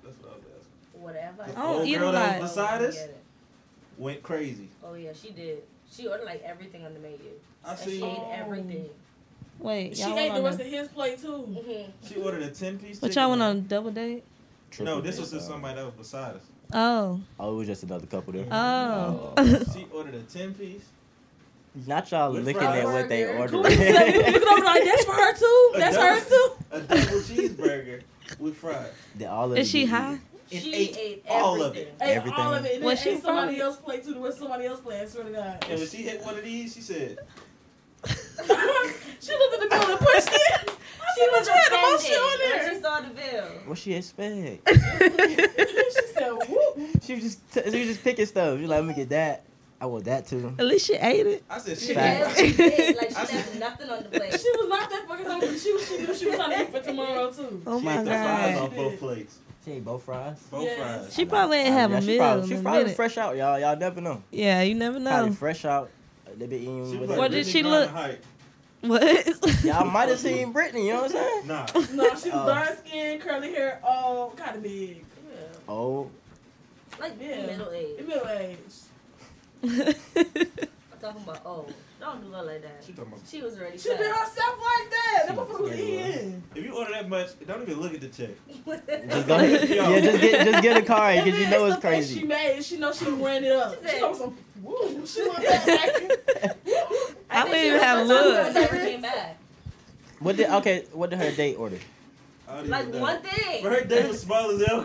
That's what I was asking.
Whatever.
The
I don't
old
eat a
girl that
lot.
was beside us
Get it.
went crazy.
Oh yeah, she did. She ordered like everything on the menu.
I
And she
see.
ate everything.
Wait,
She
y'all
ate
went
the
on
rest
a,
of his plate too.
Mhm.
She ordered a ten piece.
but y'all went on a double date.
No, this was
uh,
just somebody that was beside us.
Oh,
Oh, it was just another couple there.
oh.
She ordered a ten piece.
Not y'all
With
looking
fries.
at what they
Burger.
We said- we
ordered.
looked over like that's for her too.
A
That's
double-
hers too.
A double cheeseburger with fries.
That all of
Is
it
she
did.
high?
And
She
ate
ate,
all of
everything.
Ate
Everything.
all of it. And then
Was she
ate somebody
from-
else plate too. The rest of somebody else plate. I swear to God.
And when she hit one of these, she said,
she looked at the bill and pushed it. I
She
said,
was
"What you had the most
offended
shit on
when
there?"
she saw the bill.
What she expect?
she said, "Whoop."
she was just t- she was just picking stuff. She like, let me get that. I want that too.
At least she ate it.
I said,
She
shit.
Fact.
everything. Like she left nothing on the plate.
She was not that fucking hungry. She was. She knew she was trying to eat for tomorrow too.
Oh
she
my
ate the fries
god.
off both plates.
She ate both fries.
Both
Yes.
fries.
She probably ain't have
Yeah,
a
she
meal.
Probably,
in
she
a
probably
minute.
fresh out, y'all. Y'all never know.
Yeah, you never
Probably
know.
fresh out. They been eating.
She was
with
like,
What
it.
Brittany
did she
Griner
look-
hype.
What?
Y'all might have seen Britney. You know what I'm saying?
Nah.
No, she was
Oh.
dark skinned, curly hair, all kind of big,
Yeah.
Oh,
Like
Yeah.
middle age.
middle aged.
I'm talking about old. Don't do her like that.
She talking about,
She was ready.
She did herself like that. That motherfucker was eating.
if you order that much, don't even look at the check.
just go ahead. yeah, just get just get a car because you
then
know
it's
it's
the face She
crazy.
made. She know she ran it up.
She
She
said-
was some. Woo. She looked back.
I wouldn't even have
looked.
looked.
Never came back.
What did okay? What did her date order?
I don't even
Like
know.
one thing.
But her day was small as hell.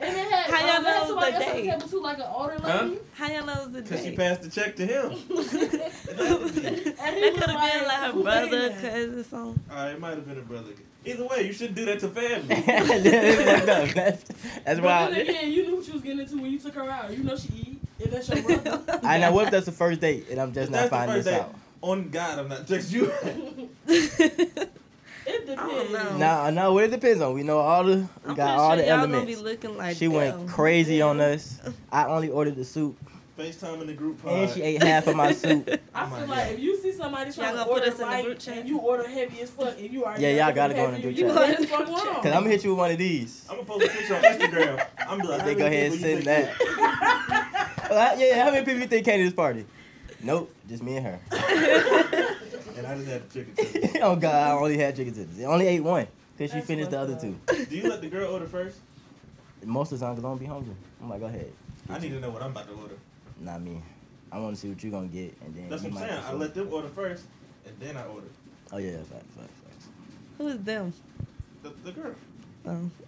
and it had
How y'all
um, it had
know
somebody else
the
on
date?
the table too, like an older lady.
Huh?
How y'all know it was the
Because she
date?
passed the check to him.
And he
That
was
could have been like her
"Who made
brother,
that?"
cousin, something.
All right, it might have been a brother. Either way, you shouldn't do that to family.
It's fucked up. that's, that's
But
why.
then again, you knew what you was getting into when you took her out. You know she eat. If that's your brother.
I know what if that's the first date and I'm
If
just
that's
not
the
finding
first
this
date.
out.
On God, I'm not texting you.
It depends.
know. No.
Now I know what it depends on. We know all the we
I'm
got
pretty
all
sure
the
y'all gonna be
elements.
looking like
She went
"Damn."
crazy on us. I only ordered the soup
FaceTime in the group pod.
and she ate half of my soup.
I
Oh
feel
my
like
God.
if you see somebody trying
Y'all
to
gonna put
order
us in the
light
group chat?
and you order heavy as fuck and you already
Yeah, y'all
know
gotta go
what's
in the
happening,
group
you
chat.
know what's going on.
Cause I'm gonna hit you with one of these.
I'm gonna post a picture on Instagram. I'm like,
They go ahead and send that. Well, I- yeah, how many people you think came to this party? Nope, just me and her.
And I just had the chicken. too.
oh God, I only had chicken tenders. I only ate one because she
That's
finished the
fucked
other
up.
two.
Do you let the girl order first?
Most of the time, cause I don't be hungry. I'm like, go ahead.
I need to know what I'm about to order.
Not me. I want to see what you gonna get, and then
That's
you
what I'm
might
saying. I
decide.
let them order first, and then I order.
Oh yeah, that's facts, facts, facts.
Who is them?
The, the girl.
Um,
Oh.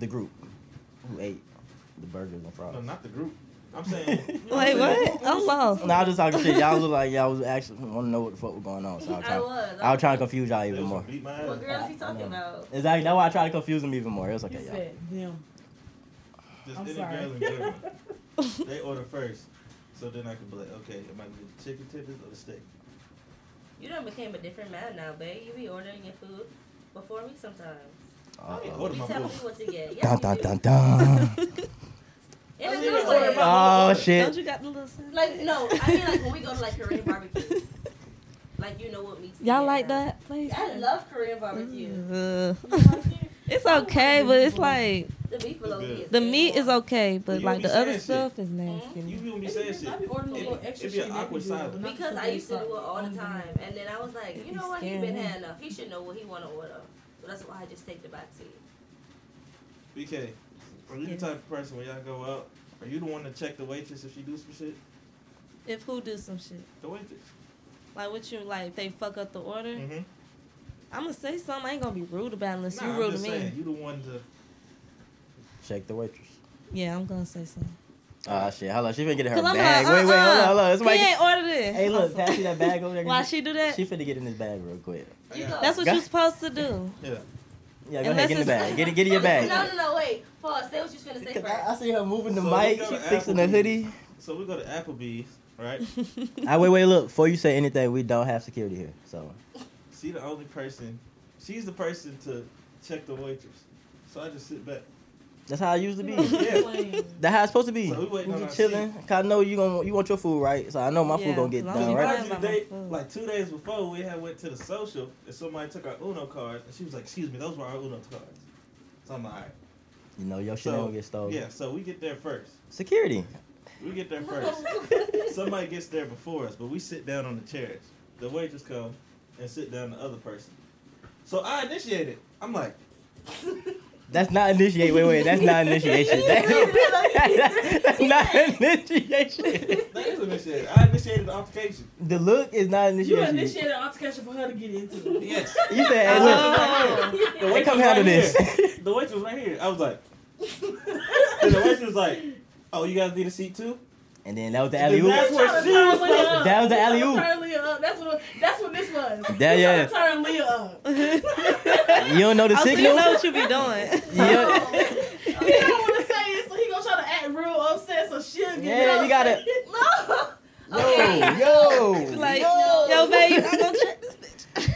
The group who ate the burgers and fries.
No, not the group. I'm saying.
Wait, what? I'm lost.
Nah, I just talking shit. Y'all look like y'all was actually want to know what the fuck was going on. So I,
I
try,
was.
I was trying to confuse y'all
They
even
was
more.
gonna beat my
What
ass.
girls he talking about?
Exactly. That's why I tried to confuse them even more. It was
You
okay, y'all.
said them.
Just
I'm
any
sorry.
girl in general. They order first. So then I could be like, okay, am I gonna get the chicken tenders or the steak?
You done became a different man now, babe. You be ordering your food before me sometimes. You
Go to my
tell me
booth.
what to get. Yeah,
Dun, dun, dun, dun.
In a
Don't
good
even worry
way.
about-
oh
Don't
shit.
you got the little sign?
Like no, I mean like when we go to like Korean barbecue, like you know what meats. to
Y'all
get
like
now.
that place?
I love Korean
Mm.
barbecue.
Ugh.
Like it?
it's okay, but it's like
The beef bologna
good.
is
the
good.
meat is okay, but
You
like
be
the other
saying shit.
stuff is
Hmm?
nasty.
You be gonna be saying
I be
shit.
ordering a little
It-
extra
it be
shit.
an
they be
awkward
doing,
silence.
but not
Because
something
I used to
they
do it
suck.
all the
Mhm.
time, and then I was like, you know what? He been had enough. He should know what he want to order. So that's why I just take the back seat.
BK, are you the type of person when y'all go out? Are you the one to check the waitress if she do some shit?
If who do some shit,
The waitress.
like what you like, they fuck up the order.
Mm-hmm.
I'm gonna say something. I ain't gonna be rude about it unless
nah,
you rude
I'm
to
just
me.
saying, you the one to.
Shake the waitress.
Yeah, I'm gonna say something.
Ah shit. Hold on. She finna get in her
Cause I'm
bag.
like, uh-uh.
Wait, wait, hold on, hold on.
He
Somebody
ain't order this.
Hey look,
I'm
pass me
sorry.
that bag over there.
Why she do that?
She finna get in this bag real quick.
You
I
go.
got-
That's what
Go-
you're supposed to do.
Yeah.
Yeah, go
Unless
ahead, get in the
it's-
bag. Get it, get in your bag.
No, no, no, wait. Pause. Say what you finna say
Cause I, I
first.
see her moving the
So we
mic.
go
She
to
fixing the
Applebee's.
hoodie.
So we go to Applebee's, right?
I wait, wait, look. Before you say anything, we don't have security here. So
she the only person. She's the person to check the waitress. So I just sit back.
that's how I used to be.
Yeah.
That's how it's supposed to be.
So we waiting
we
on
just
our
chilling. Cause I know you gonna you want your food right. So I know my
Yeah,
food gonna get
as long as
done
you
right.
buy-
Mind
about
you, they,
my food.
like two days before we had went to the social and somebody took our Uno cards and she was like, "Excuse me, those were our Uno cards." So I'm like, "All right."
You know your shit
So,
don't get stolen.
Yeah. So we get there first.
Security.
We get there first. Somebody gets there before us, but we sit down on the chairs. The waitress come and sit down the other person. So I initiated. I'm like,
That's not initiate. Wait, wait. That's not initiation. That- that's not initiation.
that is initiated. I initiated the altercation.
The look is not
You
initiation.
initiated an altercation for her to get into.
Yes.
You said, hey,
Uh,
look,
Uh-uh.
The
they
waitress
come handle
right
this.
here. The waitress was right here. I was like, and the waitress was like, "Oh, you guys need a seat too."
and then that was the
And
alley
then
oop.
that's where
Tryna
she was
turn Leah
supposed
up.
That was the
Tryna
alley-oop.
Turn Leah up. That's what. That's what this was.
That-
You
yeah.
tryna Turn Leah up.
You don't know the
Oh, so you
signal.
know what you be doing.
Yeah.
He don't want to say it, so he gonna try to act real upset, so she'll get
Yeah, you gotta-
No.
Yo,
Okay.
yo,
like,
No.
yo, babe, I'm gonna check this bitch.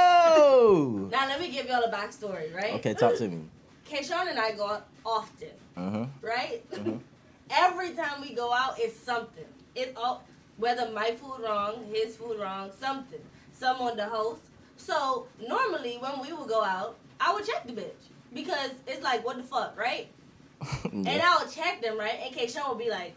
yo.
Now let me give y'all a backstory, right?
Okay, talk to me.
Keshawn and I go out often,
Uh-huh.
right?
Mhm.
Every time we go out, it's something. It's all whether my food wrong, his food wrong, something. Some on the host. So normally when we would go out, I would check the bitch because it's like what the fuck, right? And
Yeah.
I would check them, right? In case Sean would be like,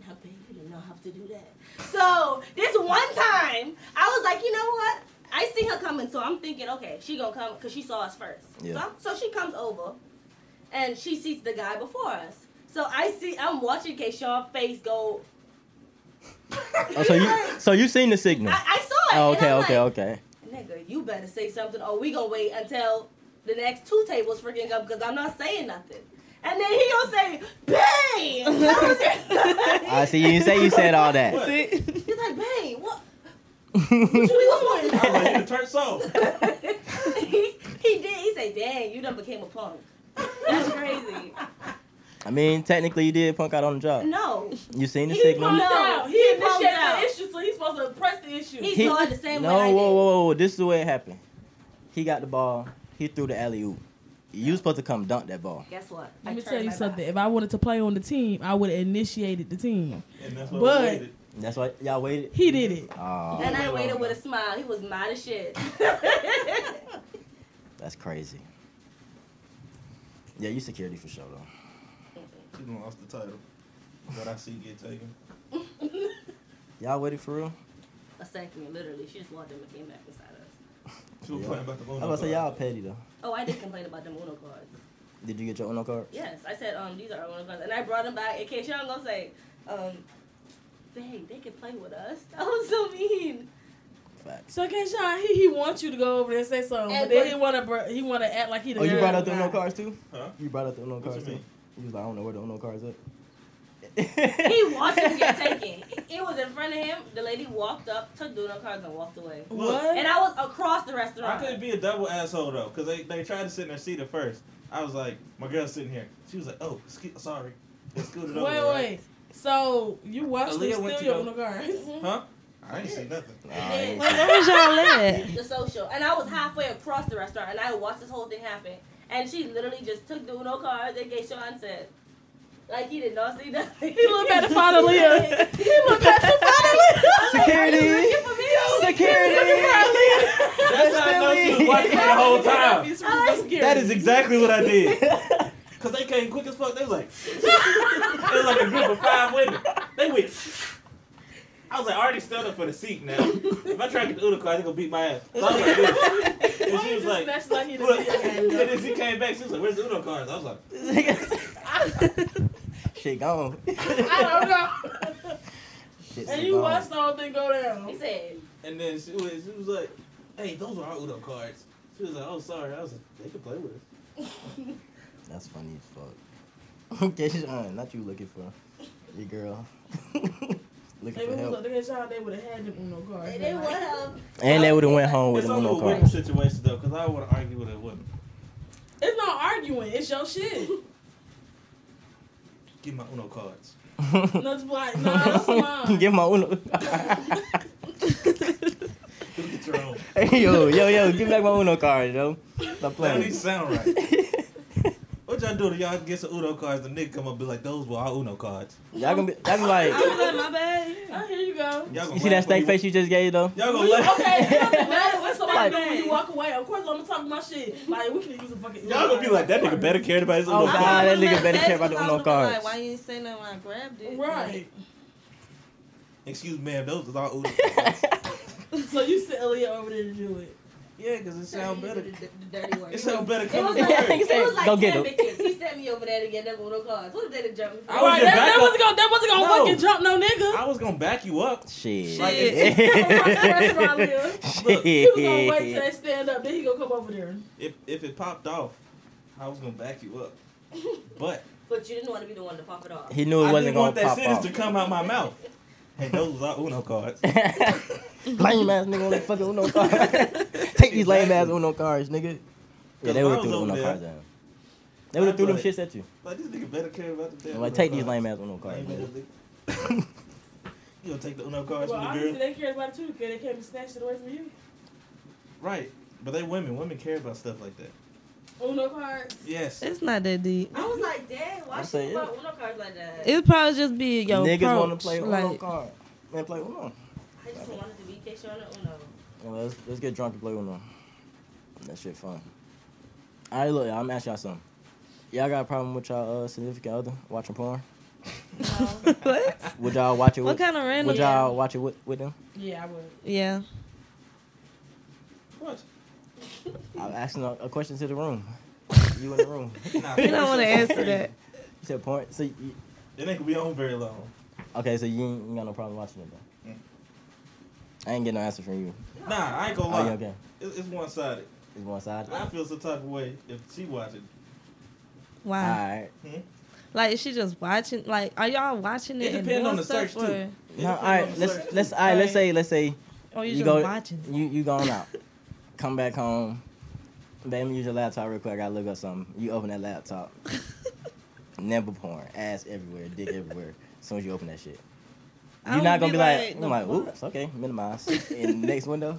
now, babe, you do not have to do that. So, this one time, I was like, you know what? I see her coming, so I'm thinking, okay, she gonna come because she saw us first.
Yeah.
So, I'm- so she comes over, and she sees the guy before us. So I see, I'm watching Keshawn's face go.
Oh, so you,
I,
so you seen the signal?
I saw it.
Oh,
and
okay,
I'm
okay,
like,
okay.
Nigga, you better say something, or we gonna wait until the next two tables freaking up because I'm not saying nothing. And then he gonna say, "Bang!"
I see you didn't say you said all that.
See?
He's like, "Bang, what?
you
What we
to. I was
going
like, "You turn soul."
he, he did. He said, "Dang, you done became a punk." That's crazy.
I mean, technically, you did punk out on the job.
No,
You seen the
He
signal?
pumped out. He,
He pumped
initiated
out.
the issue, so he's supposed to press the issue.
He-
He-
saw it the same
no,
way I did.
whoa, whoa, whoa! This is the way it happened. He got the ball. He threw the alley oop. You was supposed to come dunk that ball.
guess what?
Let me
turned
tell you
my back.
something. If I wanted to play on the team, I would have initiated the team.
And that's what
But-
we waited.
That's why y'all waited.
He did it.
Oh,
And I waited with a smile. He was mad as shit.
that's crazy. Yeah, you security for sure though.
She done lost the title. But I see get taken.
Y'all waited for real?
a second, literally, she just walked in and came back inside us.
She was
Yeah.
playing about the Uno.
I was about to say
card.
y'all petty though.
Oh, I did complain about them Uno cards.
Did you get your Uno card?
Yes, I said um these are our Uno cards, and I brought them back in case y'all gonna say, um, dang, they can play with us. That was so mean.
Facts.
So Keshawn, he he wants you to go over there and say something, but
And
then
but-
he want to he want to act like he. The
Oh, you
nerd.
brought up the Uno cards too?
Huh?
You brought up the Uno
What you
cards too?
mean?
You was like, I don't know where the Uno cards at.
He watched it get taken. It was in front of him. The lady walked up, took the Uno cards, and walked away.
What?
And I was across the
I
restaurant.
could be a double asshole though, cause they, they tried to sit in their seat at first. I was like, my girl's sitting here. She was like, oh, excuse, sorry, and scooted
wait,
over.
wait.
right?
So you watched
Aaliyah
him
went
steal
to
your
go-
Uno cards?
Huh? I ain't see nothing.
He
Nice.
did.
Where was y'all at?
the social, and I was halfway across the restaurant, and I watched this whole thing happen. and she literally just took the Uno cards and gave Sean said, like he did not see nothing.
He looked at the father Leah. He looked at the father Leah.
Security. Security.
That's how I know she was watching me the whole time. That is exactly what I did. Cause they came quick as fuck. They was like, it was like a group of five women. They went. I was like, I already stood up for the seat now. If I try to get the Uno card, they gonna beat my ass. So I was like, this. and she was like, look. And then she came back. She was like, where's the Uno cards? I was like,
Shit gone.
I don't know.
Shit's
And you
gone.
watched the whole thing go down.
He said,
and then she was, she was like, hey, those are our Uno cards. She was like, oh sorry. I was like, they can play with us.
That's funny as fuck. Okay, Sean, not you looking for your girl. looking
They
for
would have
help.
looked at y'all, they would have had them Uno cards.
they didn't want help.
And they would have went home with
It's
a
only a
Uno
women
card.
situation though, cause I want to argue with a woman.
It's not arguing, it's your shit.
Give my Uno cards.
No, it's like, nah, that's mine.
Get my Uno.
Look at your own.
hey, yo, yo, yo, give back my Uno card, yo. Stop
That don't even
playing.
sound right. What y'all do to y'all get some Uno cards? The nigga come up and be like, those were our Uno cards.
y'all gonna be, y'all be like,
I was like, my bad.
Oh, here you go.
Y'all gonna
you see
laugh
that
when
steak face you just gave though?
Y'all gonna
Well, you-
laugh.
okay, it doesn't matter what somebody
Like-
do when you walk away. Of course, I'm gonna talk my shit. Like, we can use a fucking.
Y'all gonna be like, that nigga better cared about his Uno
Oh,
cards.
God, that
I was
nigga better
mad
care about the
because I
Uno
was looking
cards.
Like, why you didn't say nothing when I grabbed it?
Right.
Excuse ma'am, those was our Uno cards.
So you sit Aaliyah over there to do it.
yeah, cause it sound better.
The, the dirty word.
It sound better
It
coming
was
from
like,
her.
it was like
Go
10
get him.
bitches. He sent me over there to get them Uno cards. What if they done jumped me?
I was
right, that,
just back
that
up.
wasn't gonna, that wasn't gonna
No.
fucking jump no nigga.
I was gonna back you up.
Shit.
Like,
Shit.
if,
restaurant, Aaliyah. Look, he was gonna wait till they stand up, then he gonna come over there.
if, if it popped off, I was gonna back you up. But
But you didn't want to be the one to pop it off.
He knew it
I didn't
wasn't gonna
want that
pop
sentence
off.
to come out my mouth. Hey, those was our Uno cards.
lame ass nigga on that fucking Uno card. Take these lame ass
Exactly.
Uno cards, nigga. Yeah,
Cause
they
if I
would have
was
threw the
over
Uno
there,
cards down. They would have
I'd
threw
be
them
like-
shits at you.
Like this nigga better care about the damn.
I'm like,
Uno
take these
cards.
lame ass Uno cards,
Lame
nigga.
ass nigga. You gonna take the Uno cards
Well,
from the
obviously
girl?
they cared about it too, because they can't be snatched it away from you.
Right. But they women. Women care about stuff like that.
Uno cards.
Yes.
It's not that deep.
I was like, dang,
I
why she
said,
put
yeah.
Uno cards like that?
It would probably just be your
Niggas
approach.
wanna play Uno
like,
card. Man, play Uno.
I just wanted to be Kesha on the Uno.
Yeah, let's, let's get drunk and play Uno. That shit fun. Alright, look, I'm gonna ask y'all something. Y'all got a problem with y'all uh, significant other watching porn?
what?
Would y'all watch it
What
with?
kind of random?
Would y'all watch it with, with them?
Yeah, I would.
Yeah.
What?
I'm asking a, a question to the room. you in the room?
Nah,
You don't want to answer that.
You said porn. So you,
It ain't gonna be on very long.
Okay, so you ain't you got no problem watching it though.
Mm.
I ain't getting no answer from you.
Nah, I ain't gonna
Oh,
lie.
yeah, okay.
It's, it's one sided.
It's one side.
I feel some type of way if she watching.
Why?
Alright.
Like, is she just watching? Like, are y'all watching
It
it? and
depend
doing
on the
stuff,
search, too.
or,
No, alright, let's let's alright, let's say let's say
Or you,
you
just
go
Oh, watching?
you you going out. Come back home. Baby, use your laptop real quick. I gotta look up something. You open that laptop. Never porn. Ass everywhere, dick everywhere. As soon as you open that shit.
I
You're not gonna
would
be like,
the
I'm like,
fuck?
oops, okay, minimize. In the next window.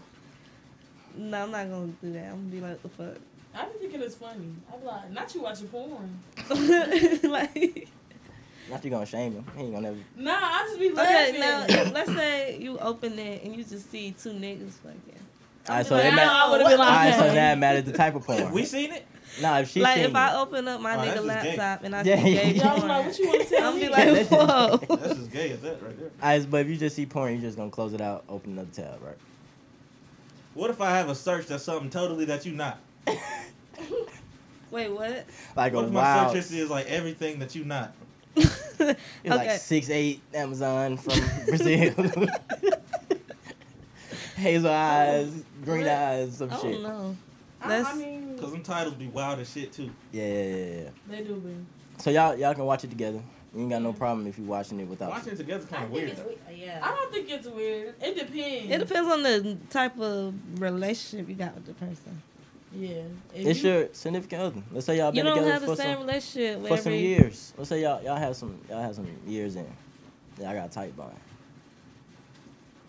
No, I'm not gonna do that. I'm gonna be like, the
I be thinking it's funny. I be like, not you watching porn.
fuck? like,
Not you gonna shame him. He ain't gonna never
Nah, I just be laughing.
okay, now let's say you open it and you just see two niggas fucking.
Alright, so
Like,
it
I,
ma-
would have been
Alright,
like,
so
that.
now it matters the type of
If
porn.
we seen it,
Nah, if she
like,
seen
if I open up my
Oh, that's
nigga
just gay.
laptop and I
Yeah.
see gay
Y'all be like,
porn,
what you want to tell
I'm
me?
be like, whoa.
that's as gay as that right there.
I, but if you just see porn, you're just gonna close it out, open another tab, right?
What if I have a search that's something totally that you not?
Wait, what?
Like
What
a
if my
wild,
search
it's
history is like everything that you not?
Okay.
like six eight Amazon from Brazil,
Oh,
hazel eyes, green
What?
eyes, some
I
shit.
don't know.
I, I
That's-
mean,
Cause them titles be wild as shit too.
Yeah, yeah, yeah, yeah.
they do be.
So y'all y'all can watch it together. You ain't got no problem if you watching it without.
Watching it together
I
kind of
think
weird
it's
though.
weird. Yeah.
I don't think it's weird. It depends.
It depends on the type of relationship you got with the person.
Yeah. If
It's
you-
your significant other. Let's say y'all
You
been
don't
together
have the
for
same
some
relationship with
for some
every
years. Let's say y'all y'all have some y'all have some years in. Y'all got a tight bond,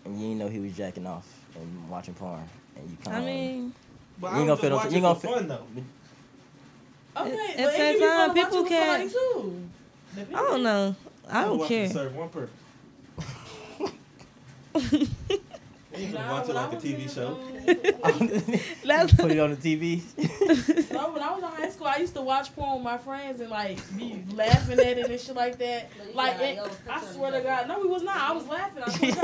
and you didn't know he was jacking off and watching porn, and you kind
I
of.
mean,
But
You
I'm
gonna
just
feel-
watching
you gonna
for
feel-
fun though.
Okay,
At-
but
at
it
that
can be fun to
time,
watch
people
it with somebody
can't-
too. Depending.
I don't know. I
I'll
don't
watch
care.
it serve one purpose. You can
Nah,
watch it
when I
like a
was
TV
in,
show.
um,
That's-
Put it on the TV.
No, when I was in high school, I used to watch porn with my friends and like be laughing at it and shit like that.
No, you
Like,
got
it,
your
I
picture
swear
on the
to God, no, we was not. I was laughing. I swear to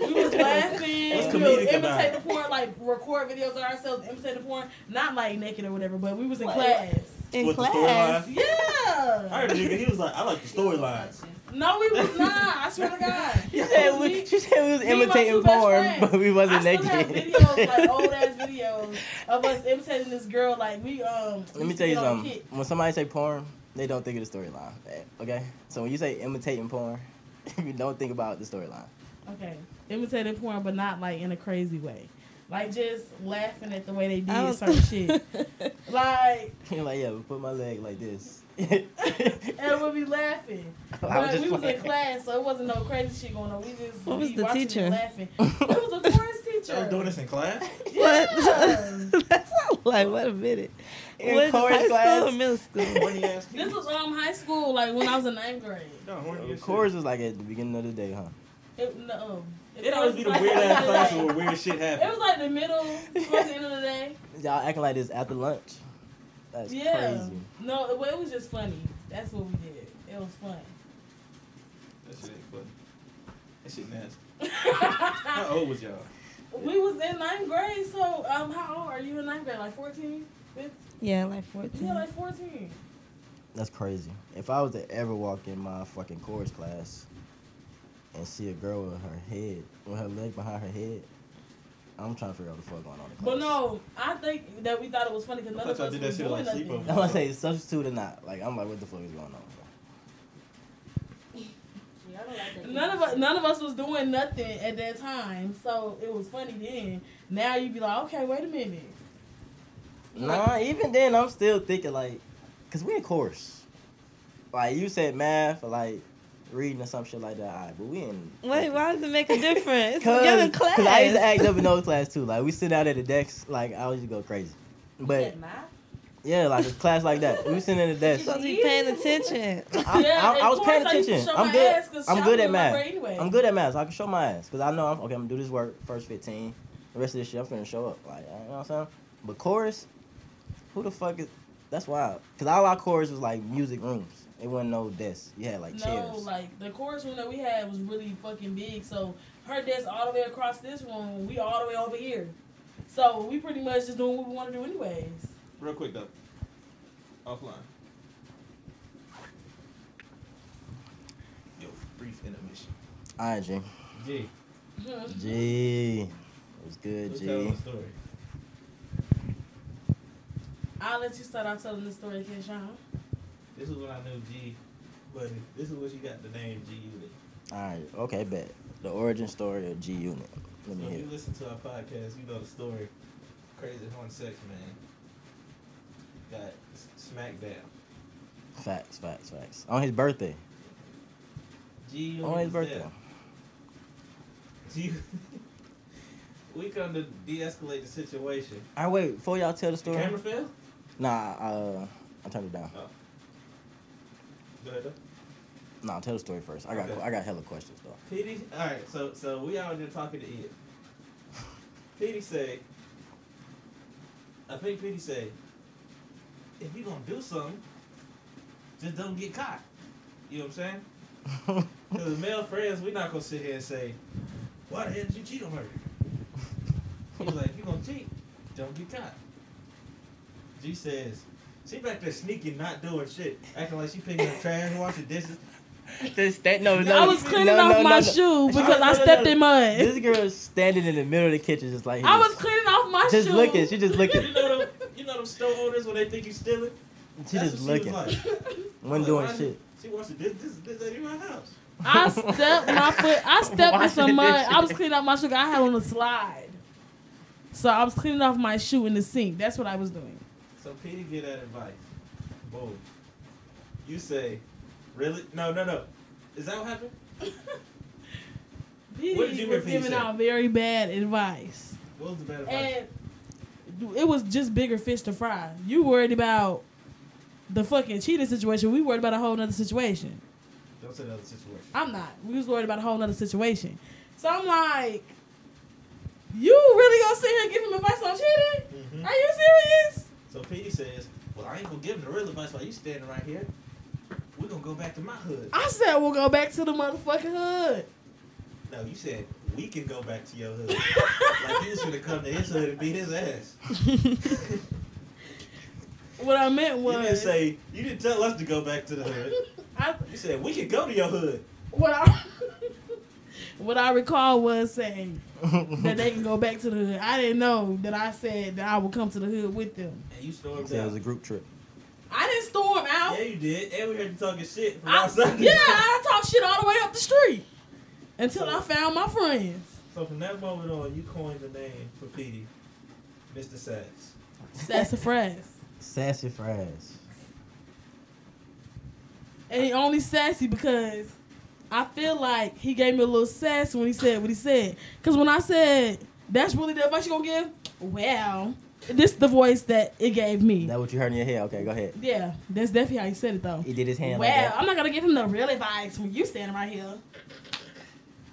God. We was laughing. we
What's
would
comedic about
imitate
it?
the porn, like record videos of ourselves, imitate the porn, not like naked or whatever, but we was in
What?
class.
in
With the
class.
storyline. I
Yeah.
heard a nigga, he was like, I like the storylines.
No, we was not. I swear to God.
She
It
said
was
we,
me.
she said we was
Me and my two
imitating
best
porn,
friends.
but we
I
wasn't
still have
naked.
videos, like old ass videos of us imitating this girl. Like we um.
Let me
used to
tell you
get on
something.
Kick.
When somebody say porn, they don't think of the storyline. eh, Okay, so when you say imitating porn, you don't think about the storyline.
Okay, imitating porn, but not like in a crazy way. Like just laughing at the way they
I
did
was-
certain shit. Like
You're like, yeah, put my leg like this.
and we'll be laughing.
I was
But
just
we was
playing.
in class, so it wasn't no crazy shit going on. We just
What was
we
the
watching
teacher?
and laughing. It was a porn
Y'all
teacher.
was doing this in class?
Yeah.
What? That's not like, wait a minute.
In
What is this,
chorus
high
class?
school or middle school?
Horny ass
This
kids.
was um high school, like when I was in ninth grade.
No, horny as
Of
shit.
course, was like at the beginning of the day, huh?
It, no,
It always be the
was
weird
like-
ass classes where weird shit
It was
happens.
like the middle, towards the end of the day.
Y'all acting like this after lunch. That's
yeah.
crazy.
No, it, well, it was just funny. That's what we did. It was fun.
That shit ain't funny. That shit nasty. How
Uh-oh.
old was y'all?
we was in ninth grade, so um, how old are you in ninth grade? Like 14?
yeah, like
Yeah,
14.
like 14.
That's crazy. If I was to ever walk in my fucking chorus class and see a girl with her head, with her leg behind her head, I'm trying to figure out what the fuck going on. in
But
class.
no, I think that we thought it was funny because none
I
of
thought
us
y'all did
was
that shit
doing
like
nothing.
sleepover.
I'm gonna say substitute or not. Like I'm like, what the fuck is going on? bro?
Yeah, I don't like that.
None of us, none of us was doing nothing at that time, so it was funny then. Now you be like, okay, wait a minute.
Nah, even then I'm still thinking like, cause we in chorus. Like you said math or like reading or some shit like that. Alright, but we in.
Wait, why does it make a difference?
Cause,
You're in
'cause
class.
I used to act up in those class too. Like we sit out at the decks, like I always go crazy. But
Shit, ma.
yeah, like a class like that, we sitting at the
You're
desk.
supposed to be paying attention.
I,
Yeah,
I,
in
I was paying
chorus, I used to
attention.
show
I'm
my
good.
ass 'cause
I'm
I
good
was
at
in
math.
upper anyway.
I'm good at math. So I can show my ass because I know I'm okay. I'm gonna do this work first 15. The rest of this shit, I'm finna show up. Like you know what I'm saying. But chorus, who the fuck is? That's wild. Cause all our chorus was like music rooms. It wasn't no desk. You had like
No,
chairs.
like the chorus room that we had was really fucking big. So her desk all the way across this room, we all the way over here. So we pretty much just doing what we want to do anyways.
Real quick though. Offline. Yo, brief intermission.
All right, G.
G,
Mhm.
G. It was good,
who's telling
G.
the story?
I'll let you start off telling the story, Keshawn.
This is when I knew G, but this is what she got the name G Unit.
All right. Okay, bet. The origin story of G Unit. Let me
So if
hear.
you
it.
listen to our podcast, you know the story. Crazy horn sex man got s- smacked down.
Facts, facts, facts. On his birthday.
G
On his
was
birthday.
there. G. we come to de-escalate the situation.
All right, wait. Before y'all tell
The
the story.
camera fell.
Nah, uh, I turned it down.
Go ahead. though.
Nah, tell the story first. I got
Okay.
I got hella questions though.
Petey, all right, so so we out there talking to Ed. Petey say, I think Petey say, if you gonna do something, just don't get caught. You know what I'm saying? Because as male friends, we not gonna sit here and say, why the hell did you cheat on her? He was like, if you gonna cheat, don't get caught. G says, she back there sneaking, not doing shit, acting like she picking up trash, washing dishes.
this that no
No,
I was cleaning off my shoe because I
No, no,
stepped
no.
in mud.
This girl is standing in the middle of the kitchen, just like
I
this.
was cleaning off my
just
shoe.
looking. She just looking.
You know them, you know them store owners when they think you stealing.
She
That's
just
what she
looking.
was like.
Wasn't
Like,
doing
why-
shit.
She wants to. This, this, this ain't my house.
I stepped my foot. I stepped in some
Why did
mud. I was
she-
cleaning off my shoe. I had on a slide, so I was cleaning off my shoe in the sink. That's what I was doing.
So Petey get that advice. Boom. You say, really? No, no, no. Is that what happened?
Petey
What did you hear
was
Petey
giving
say?
out very bad advice.
What was the bad advice?
And it was just bigger fish to fry. You worried about the fucking cheating situation, we worried about a whole nother situation.
Don't say another situation.
I'm not. We was worried about a whole nother situation. So I'm like, you really gonna sit here and give him advice on cheating?
Mm-hmm.
Are you serious?
So P says, "Well, I ain't gonna give him the real advice while you standing right here. We're gonna go back to my hood."
I said we'll go back to the motherfucking hood.
No, you said we can go back to your hood. like he was gonna come to his hood and beat his ass.
What I meant
You
was,
didn't say you didn't tell us to go back to the hood.
I,
You said we can go to your hood.
what I what I recall was saying that they can go back to the hood. I didn't know that I said that I would come to the hood with them.
And you stormed
Said it
out.
was a group trip.
I didn't storm out.
Yeah, you did. And we heard you talking shit from
I,
outside. the-
yeah, I talked shit all the way up the street until I found my friends.
So from that moment on, you coined the name for Petey, Mr. Sacks.
Sassafras.
Sassy fries.
And he only sassy because I feel like he gave me a little sass when he said what he said. Because when I said, that's really the advice you going to give? Well, this the voice that it gave me.
That what you heard in your head? Okay, go ahead.
Yeah, that's definitely how he said it, though.
He did his hand
Well,
like that.
I'm not going to give him the real advice when you standing right here.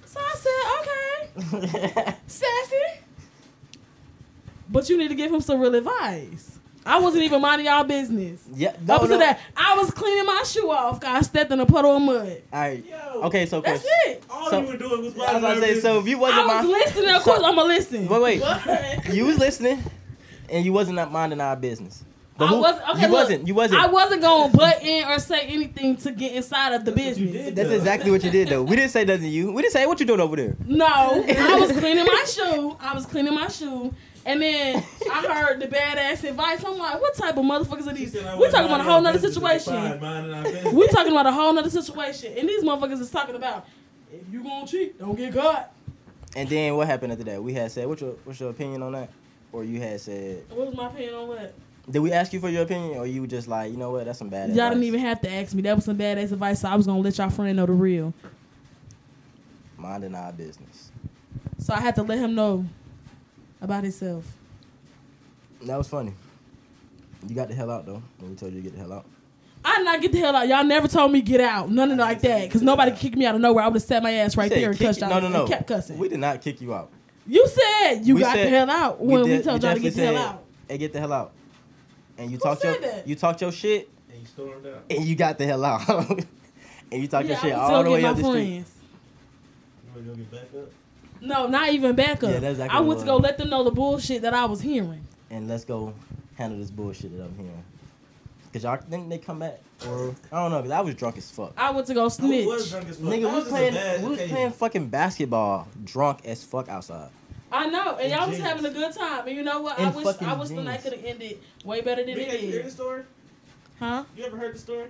So I said, okay, sassy. But you need to give him some real advice. I wasn't even minding y'all business.
yeah. No,
Up
no.
to that, I was cleaning my shoe off. 'cause I stepped in a puddle of mud.
All right.
Yo.
Okay, so
That's
Chris.
it.
All
So-
you were doing was
I was about to say, so if you wasn't
I was
my,
listening. Of course, I'm gonna listen.
Wait, wait.
What?
you was listening, and you wasn't not minding our business. But
I
who-
wasn't- okay,
you
look,
wasn't. You wasn't.
I wasn't gonna butt in or say anything to get inside of the
That's what you
business.
did.
That's exactly what you did, though. We didn't say nothing to you. We didn't say what you doing over there.
No, I was cleaning my shoe. I was cleaning my shoe. And then I heard the badass advice. I'm like, what type of motherfuckers are these? We're talking about a whole nother situation. We're talking about a whole nother situation. And these motherfuckers is talking about if you gonna cheat, don't get caught.
And then what happened after that? We had said, "What's your what's your opinion on that?" Or you had said,
What was my opinion on what?
"Did we ask you for your opinion?" Or you were just like, "You know what? That's some bad."
Y'all didn't
advice."
even have to ask me. That was some badass advice, so I was gonna let y'all friend know the real.
minding our business.
So I had to let him know about himself.
That was funny. You got the hell out though. When we told you to get the hell out.
I did not get the hell out. Y'all never told me get out. None of like that. Because nobody kicked me out of nowhere. I would have sat my ass right
You said
there and
kick-
cussed y'all.
No, no,
and
no.
kept cussing.
We did not kick you out.
you said you
We
got the
said-
hell out when we,
did-
told y'all to get the
definitely
hell
said,
out.
Hey, get the hell out. And you
Who
talked your
said that?
you talked your shit
And you stormed out.
and you got the hell out. and you talked your
Yeah,
shit
I was
all the
gonna
way
get
up the
my
street.
friends.
You wanna go get back up?
No, not even back up.
Yeah, that's exactly
I
what
went
it
to go
was.
let them know the bullshit that I was hearing.
And let's go handle this bullshit that I'm hearing. Cause y'all didn't they come back or I don't know. Cause I was drunk as fuck.
I went to go
I was
snitch.
drunk as fuck. That
Nigga, we was
just a
playing
bad
we was
occasion.
playing fucking basketball, drunk as fuck outside.
I know, and y'all was
Ingenious.
having a good time. And you know what?
And
I wish I
fucking
wish the night
genius.
could have ended way better than
Nigga,
it
you hear the
did.
story?
Huh?
You ever heard the story?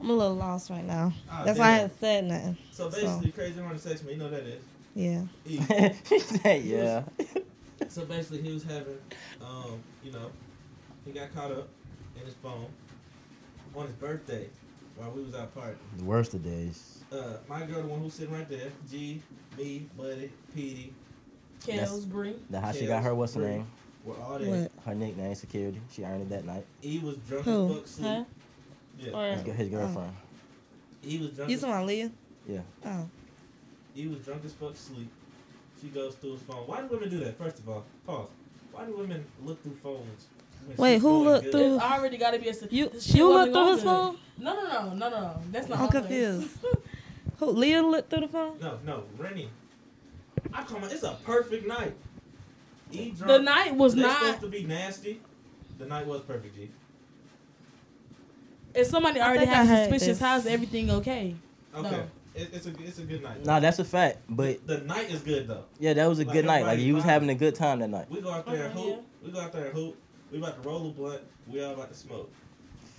I'm a little lost right now.
Ah,
That's why I
damn.
haven't said nothing.
So basically, crazy running sex man, you know what that is.
Yeah.
He,
He said, yeah.
so basically, he was having, um, you know, he got caught up in his phone on his birthday while we was out partying.
The worst of days.
Uh, my girl, the one who's sitting right there, G, me, Buddy, Petey,
That's-
Kels, Bree.
The how she
Kels,
got her what's her
Bree.
name?
were all there.
What?
Her nickname security. She earned it that night.
He was drunk
Who?
as fuck, sleep.
Huh?
Yeah.
Or
His, his girlfriend.
He was drunk.
you
as-
talking about Leah?
Mm.
Yeah.
Oh.
He was drunk as fuck sleep. She goes through his phone. Why do women do that? First of all, pause. Why do women look through phones? when
Wait,
she's
who
going
looked
good?
through-
It's already got to be a.
You
She
you
wasn't
looked through
gonna
his
do it.
phone?
No, no, no, no, no, no. That's not.
I'm
all it is.
confused. Who Leah looked through the phone?
No, no, Rennie. I come on. It's a perfect night. He drunk.
the night was
They
not.
supposed to be nasty. The night was perfect, G.
If somebody
I
already
think I
has
heard
suspicions,
this.
how's everything okay?
Okay.
No.
It, it's a it's a good night.
Nah, that's a fact. But
the night is good though.
yeah, that was a
Like
good night. Like
everybody
you was
vibing.
having a good time that night.
We go out there
Okay,
and hoop.
Oh, yeah.
We go out there and hoop. We about to roll a blunt. We all about to smoke.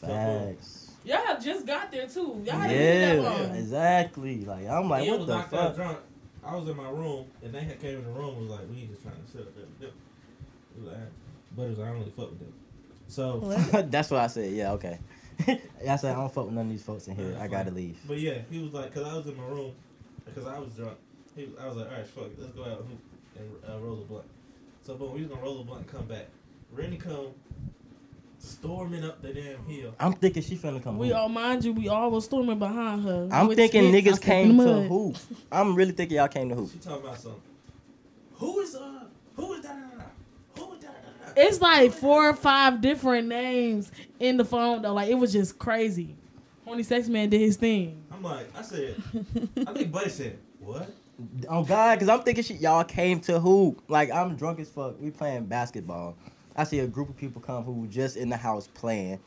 Facts.
Y'all just got there too. Y'all
Yeah,
had didn't that long.
exactly. Like I'm like,
Ian
what
was
the
knocked out
fuck?
drunk. I was in my room and they had came in the room and was like, we just trying to sit up there. with them." It was like, but it was like, I don't really fuck with them. So,
What?
that's what I said. Yeah, okay. I said I don't fuck with none of these folks in here. I gotta leave.
but yeah, he was like, cause I was in my room, cause I was drunk. He was, I was like, all right, fuck, it, let's go out and, hoop and uh, roll a blunt. So boom, we was gonna roll a blunt and come back. Rennie come storming up the damn hill.
I'm thinking she finna come.
We
hoop.
all mind you, we all was storming behind her.
I'm
With
thinking
sticks, I
niggas
said,
came to
"Mud."
hoop. I'm really thinking y'all came to hoop.
She talking about something. Who is uh? Who is da da da da? Who is da da da da?
It's like four or five different names in the phone though. Like it was just crazy. Horny sex man did his thing.
I'm like, I said, I think Buddy said what?
Oh God, because I'm thinking she y'all came to hoop. Like I'm drunk as fuck. We playing basketball. I see a group of people come who just in the house playing.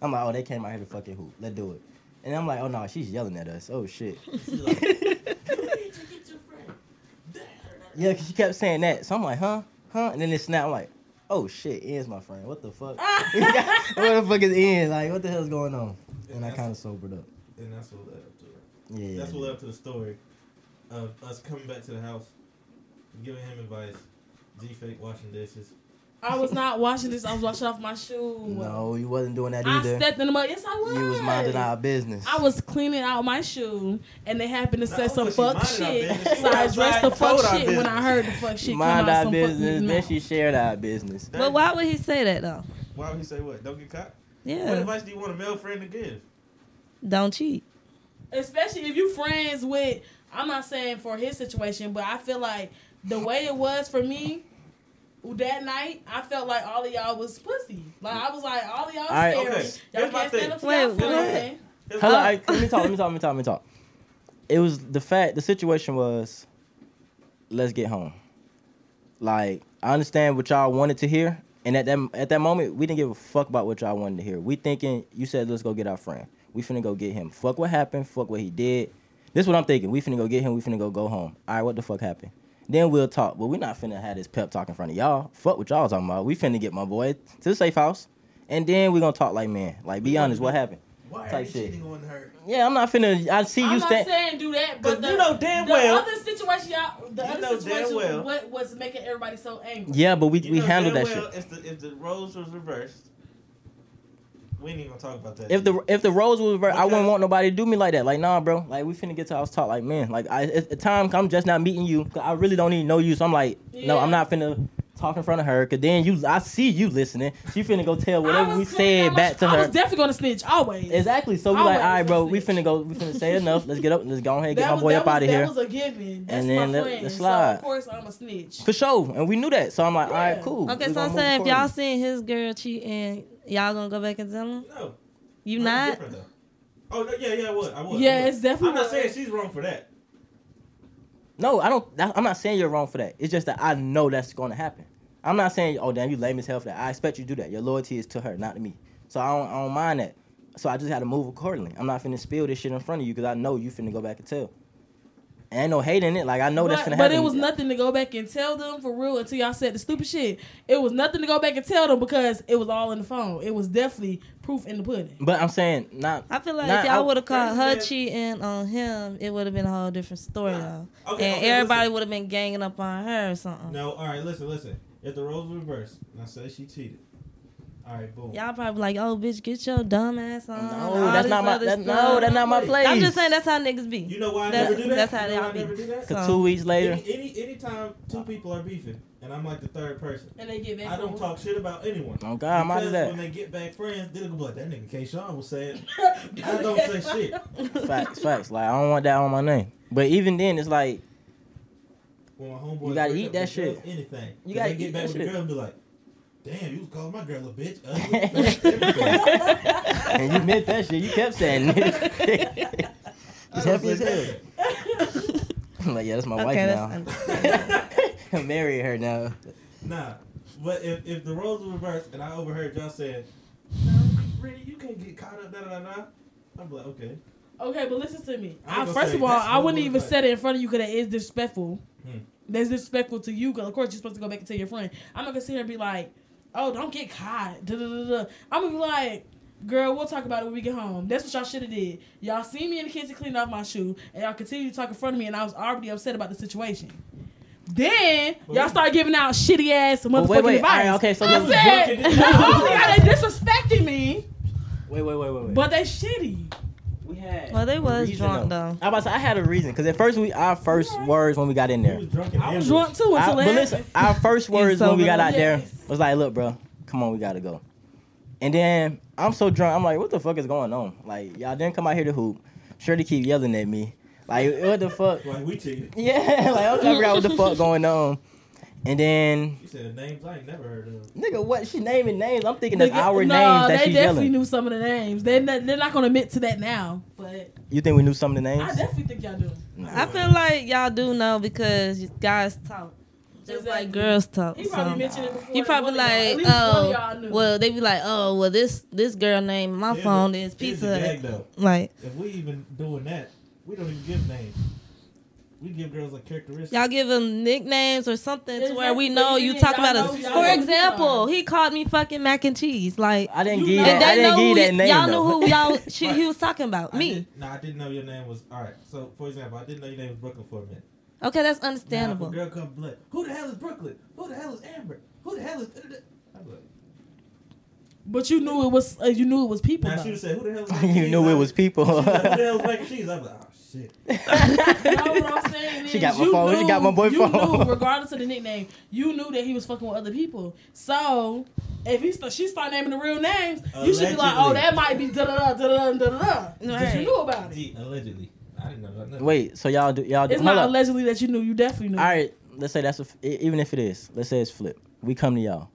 I'm like, oh, they came out here to fucking hoop. Let's do it. And I'm like, oh no, she's yelling at us. Oh shit.
She's like, you need to get your friend. Da, da, da, da.
Yeah, 'cause she kept saying that. So I'm like, huh, huh, and then it snapped. I'm like, oh shit, Ian's my friend. What the fuck? what the fuck is Ian? Like, what the hell's going on? And I kind of sobered up.
And that's what led up to it.
Yeah.
That's what led up to the story of us coming back to the house, giving him advice. G fake washing dishes.
I was not washing this. I was washing off my shoe.
No, you wasn't doing that
I
either.
stepped in the mud. Yes, I was.
you was minding our business.
I was cleaning out my shoe, and they happened to
Not
say some
only was she
fuck
minding our
shit.
business, she
So I
was
addressed the
outside and
fuck
told our
shit when I
business.
heard the fuck shit
mind
come out
our
some
business. Then
fucking
she
mouth.
shared our business.
That-
But why would he say that though?
Why would he say what? Don't get caught. What
Yeah,
advice do you want a male friend to give?
don't cheat.
Especially if you friends with. I'm not saying for his situation, but I feel like the way it was for me. That night, I felt like all of y'all was pussy. Like I was like, all of y'all
Alright,
scary. Y'all
okay. Here's my
can't stand up to
thing.
y'all
Wait,
friends.
what? His
Hold on,
wife-
I- let me talk. Let me talk. Let me talk. Let me talk. It was the fact. The situation was. Let's get home. Like I understand what y'all wanted to hear, and at that at that moment we didn't give a fuck about what y'all wanted to hear. We thinking you said let's go get our friend. We finna go get him. Fuck what happened. Fuck what he did. This what I'm thinking. We finna go get him. We finna go go home. All right, what the fuck happened? Then we'll talk. But we not finna have this pep talk in front of y'all. Fuck what y'all talking about. We finna get my boy to the safe house, and then we gonna talk like men. Like be honest, what happened?
Why are
type
you
shit.
cheating on her?
Yeah, I'm not finna. I see
I'm
you
not
stand.
saying do that,
Cause
but the,
you know damn
the
well.
other situation, y'all, the
You know
other
damn
situation,
well.
what was making everybody so angry?
Yeah, but we,
You
we
know
handled
damn
that
well
shit.
If the if the roles was reversed, we ain't even gonna talk about that.
If the if the roles were reversed, I wouldn't
Okay.
want nobody to do me like that. Like nah, bro. Like we finna get to house talk. Like man, like I at the time I'm just not meeting you. 'cause I really don't even know you. So I'm like, no,
Yeah.
I'm not finna talk in front of her. Cause then you, I see you listening. She finna go tell whatever
I
we
was cleaning out
said
my
back
sh-
to
I was
her.
definitely gonna snitch always.
Exactly. So we like,
Always
all right, bro.
a
We
snitch.
finna go. We finna say enough. Let's get up. Let's go ahead and get
That
my
was-
boy
that
up out of
was-
here.
That was a given. That's
And then
my
let-
friend.
let's
So
slide.
of course I'm a snitch.
For sure. And we knew that. So I'm like, all
Yeah.
right, cool.
Okay,
We
so
gonna
I'm
move
saying if y'all
accordingly.
seen his girl cheating, y'all gonna go back and tell him?
no,
You
I'm
not?
different though. Oh no, yeah, yeah, I would, I would.
Yeah,
I would.
it's definitely
I'm
would.
not saying she's wrong for that.
No, I don't. that- I'm not saying you're wrong for that. It's just that I know that's going to happen. I'm not saying, oh damn, you lame as hell for that. I expect you to do that. Your loyalty is to her, not to me. So I don't, I don't mind that. So I just had to move accordingly. I'm not finna spill this shit in front of you because I know you finna go back and tell. And ain't no hate in it. Like I know
but,
that's finna
but
happen.
it was nothing to go back and tell them for real until y'all said the stupid shit. It was nothing to go back and tell them because it was all in the phone. It was definitely proof in the pudding.
But I'm saying not.
I feel like
Nah,
if
I-
y'all would have caught her
Listen.
cheating on him, it would have been a whole different story though,
Okay,
and
okay,
everybody
listen.
would have been ganging up on her or something.
No, all right, listen, listen. If the roles were reversed, and I say she cheated, all right, boom.
Y'all probably like, oh bitch, get your dumb ass on. and
No,
all
that's
this
not my.
other
That, no,
stuff."
that's not my place.
I'm just saying that's how niggas be.
You know why I
That's-
never do that?
that's how
you know
they
why
all
I never do that.
Cause
so-
two weeks later,
Any, any anytime two people are beefing, and I'm like the third person,
And they get back.
I don't
on-
talk shit about anyone.
oh god, I'm out of
Because
that.
When they get back friends, they're gonna be like, that nigga K. Sean was saying, I don't say shit.
Facts, facts. Like I don't want that on my name. But even then, it's like
When my homeboy
You gotta
break
eat
up
that
with
shit.
girls, Anything.
You
You
gotta
gotta
eat
get back
that
with the
shit.
girl and be like, damn, you was calling my girl a bitch. Ugly, fat, everything."
and you meant that shit. You kept saying it.
I
He's
don't
happy
say
as hell.
nothing.
I'm like, yeah, that's my
Okay,
wife
that's
now. Marry her now.
Nah, but if, if the roles were reversed and I overheard y'all saying, no, Brittany, you can't get caught up, da da da da. I'm like, okay.
Okay, but listen to me.
I
I,
was gonna
first
say,
of all,
that's
I wouldn't
what it
even
was like.
set it in front of you because that is disrespectful.
Hmm.
That's disrespectful to you because, of course, you're supposed to go back and tell your friend. I'm not gonna sit here and be like, "Oh, don't get caught." Da, da, da, da. I'm gonna be like, "Girl, we'll talk about it when we get home." That's what y'all should have did. Y'all see me in the kitchen cleaning off my shoe, and y'all continue to talk in front of me, and I was already upset about the situation. Then y'all start giving out shitty ass motherfucking
wait, wait,
advice.
alright, okay, so
I
we was
said,
joking.
not only are they disrespecting me,
Wait, wait, wait, wait, wait.
but they shitty.
we had.
Well, they was drunk though.
I was. I had a reason because at first we our first
Yeah.
words when we got in
He
there.
was drunk and
I was drunk
ambushed.
too
I,
until
but
that.
listen, our first words when we
sobered
got
up.
out there
Yes.
was like, look, bro, come on, we gotta go. And then I'm so drunk, I'm like, what the fuck is going on? Like, y'all didn't come out here to hoop. Sure to keep yelling at me. Like, what the fuck?
Like we cheated.
Yeah, like I'm trying to figure out what the fuck going on. And then,
You said names I ain't never heard of.
nigga, what she naming names? I'm thinking that's
Nigga,
our
no,
names that
they
she's
definitely
yelling.
knew some of the names. They're not, they're not gonna admit to that now, but
You think we knew some of the
I
names?
definitely think y'all do.
I feel like y'all do know because guys talk. Just
Exactly.
like girls talk.
He probably
so.
mentioned it before.
He
to
probably
one of y'all. At
like,
least one of y'all
oh,
knew.
well, they be like, oh, well, this this girl named my
Here's
phone
the- here's
is
the
Pizza
gag,
Hut.
though.
Like,
If we even doing that, we don't even give names. We give girls like characteristics.
y'all give them nicknames or something to where we
Exactly.
know you
Yeah,
talk
y'all
about
know-
us.
y'all
For
know who
example,
you
he called me fucking mac and cheese. Like,
I didn't
You
give you
know-
that.
and
I
they
didn't
know
give you
who
that name.
y'all
though.
knew who y'all she,
Right.
he was talking about.
I
Me.
did- nah, I didn't know your name was. All right, so for example, I didn't know your name was Brooklyn for a minute.
Okay, that's
Now, if a
understandable.
girl come be like, who the hell is Brooklyn? Who the hell is Amber? Who the hell is? I'm like,
But you knew it was uh, you knew it was people.
Now
though.
she would say, who the hell? Is mac and
you
cheese?"
knew
I
it was people.
She's like, who the hell is mac and cheese? I'm like, oh shit.
No, what I'm saying is
She got my
you
phone.
Knew,
She got my boy
you
phone.
Knew, regardless of the nickname, you knew that he was fucking with other people. So if he st- she start naming the real names, you should be like, oh,
Allegedly.
that might be da da da da da da da. Because you
Right.
knew about it.
Gee, allegedly, I didn't know about nothing.
Wait, so y'all do y'all do?
It's
hold
not
up.
allegedly that you knew. You definitely knew.
All right, let's say that's a, f- e- even if it is. Let's say it's flip. We come to y'all.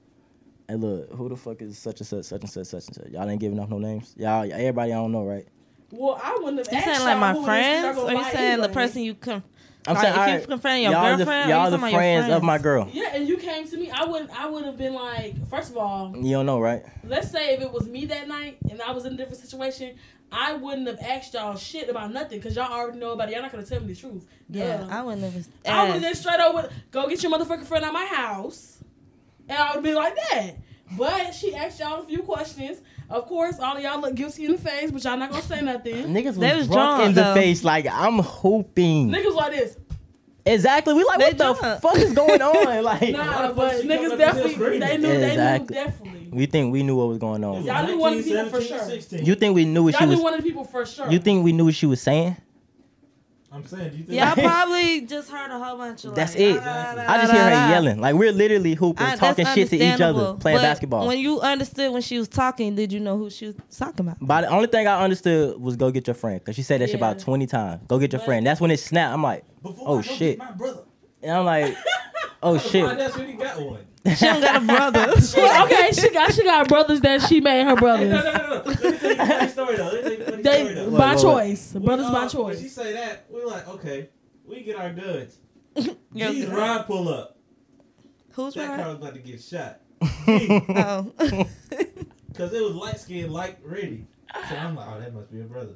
Hey, look, who the fuck is such and such, such and such, such and such? Y'all ain't giving off no names. Y'all, y'all everybody I don't know, right?
Well, I wouldn't have
You
asked
saying
y'all
like my
who it is, 'cause
friends,
y'all
or
gonna
you
lie
saying the
anyway.
person you come?
I'm
Like,
saying,
if
all
you
right,
confronting your
y'all the,
girlfriend, or you
y'all the
talking about your
friends of
friends?
my girl.
Yeah, and you came to me. I would I would have been like, first of all,
You don't know, right?
let's say if it was me that night and I was in a different situation, I wouldn't have asked y'all shit about nothing because y'all already know about it. Y'all not gonna tell me the truth.
Yeah,
Duh.
I would never.
I would
ask.
just straight over go get your motherfucking friend out my house, and I would be like that. But she asked y'all a few questions. Of course, all of y'all look guilty in the face, but y'all not gonna say nothing.
Niggas was,
They was
drunk,
drunk,
in the
though.
face. Like I'm hooping.
Niggas like this.
Exactly. We like,
They
what the
drunk.
fuck is going on? Like,
Nah,
the fuck
but
she coming
niggas
up
definitely
screaming?
they knew
Exactly.
they knew definitely.
we think we knew what was going
It was
on.
Y'all knew one of the people for
19,
sure.
16.
You think we knew what she
Y'all knew
was?
one of the people for sure.
You think we knew what she was saying?
I'm saying, do you think?
Y'all probably just heard a whole bunch of.
That's
like,
it.
da, da, da,
I just hear
da, da.
her yelling. Like we're literally hooping,
I-
talking
that's
shit to each other,
understandable,
playing
but
basketball.
When you understood when she was talking, did you know who she was talking about?
But the only thing I understood was go get your friend because she said that shit about
Yeah.
20 times. Go get your
But-
friend. That's when it snapped. I'm like,
Before
Oh,
I go Get
shit.
my brother.
and I'm like, oh shit.
That's when he got one.
She don't got a brother.
Well, okay, she got she got brothers that she made her
Hey, no,
brothers.
no, no, no. Let me tell you a funny story though. Let me tell you a funny story
They
though.
What,
by
what, what?
choice, brothers
We, uh,
by
When she
choice.
say that, we like, okay, we get our goods.
Yeah,
G's
good.
Rod pull up.
Who's
That car
right?
was about to get shot.
Oh.
Because it was light skinned, like Reddy. So I'm like, oh, that must be a brother.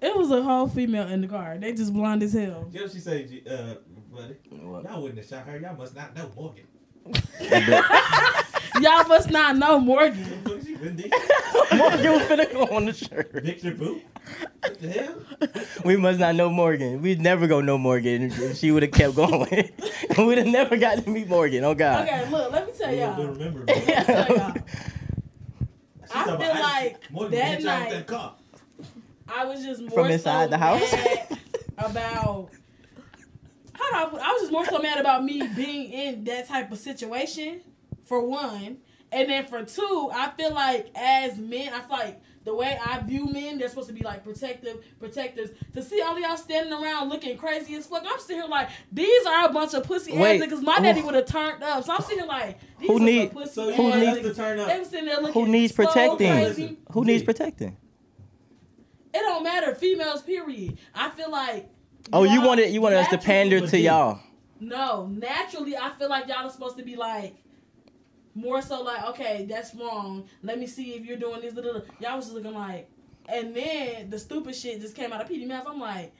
It was a whole female in the car. They just blonde as hell.
You know what she say, G- uh, buddy? Y'all wouldn't have shot her. Y'all must not know Morgan.
Y'all must not know Morgan.
What the fuck is she, Wendy?
Morgan was finna go on the shirt.
Victor Boot? What the hell?
We must not know Morgan. We'd never go know Morgan if she would have kept going. We'd have never got to meet Morgan. Oh God.
Okay, look, let me tell
We don't
y'all.
remember. Morgan. She
Let me tell y'all.
talking about,
feel
just-
like
Morgan
that
hit y'all with
night-
that car.
I was just more
From
so
inside the house?
mad about how do I put? I was just more so mad about me being in that type of situation for one, and then for two, I feel like as men, I feel like the way I view men, they're supposed to be like protective protectors. To see all of y'all standing around looking crazy as fuck, I'm sitting here like these are a bunch of pussy
Wait,
ass niggas. My
who-
daddy would have turned up, so I'm sitting here like these
Who
are
need-
some pussy
So you
ass
Who
want us
need-
niggas.
to turn up.
They were sitting there looking
Who needs
so
protecting?
Crazy.
Who needs protecting?
It don't matter, females. Period. I feel like.
Oh, you
y'all-
wanted you wanted us to
naturally-
pander to y'all.
No, naturally, I feel like y'all are supposed to be like. More so, like, okay, that's wrong. Let me see if you're doing this. da, da, da. Y'all was just looking like, and then the stupid shit just came out of PD mouth. I'm like,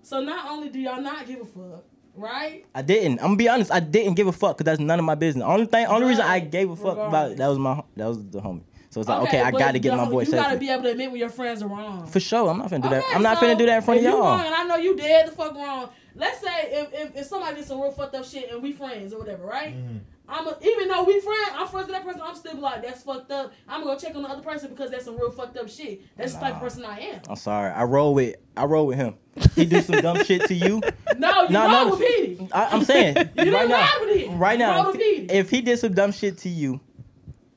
so not only do y'all not give a fuck, right?
I didn't. I'm gonna be honest. I didn't give a fuck because that's none of my business. Only thing, only reason I
Right.
gave a fuck about it, that was my that was the homie. So it's like okay, I
but
gotta get
the-
my boy
You gotta
safe.
be able to admit when your friends are wrong.
For sure, I'm not finna do that.
Okay,
I'm not
so
finna do that in front of
if you
y'all.
Wrong, and I know you dead the fuck wrong. Let's say if, if, if somebody did some real fucked up shit and we friends or whatever, right?
Mhm.
I'm a, even though we friends, I'm friends with that person. I'm still be like that's fucked up. I'm gonna go check on the other person because that's some real fucked up shit. That's just the type of person I am.
I'm sorry. I roll with I roll with him. He do some dumb shit to you.
No, you
Nah,
wrong
nah,
with Petey.
I, I'm saying
You
right
didn't
now,
ride with it.
right
You
now,
roll
if,
with Petey.
if he did some dumb shit to you,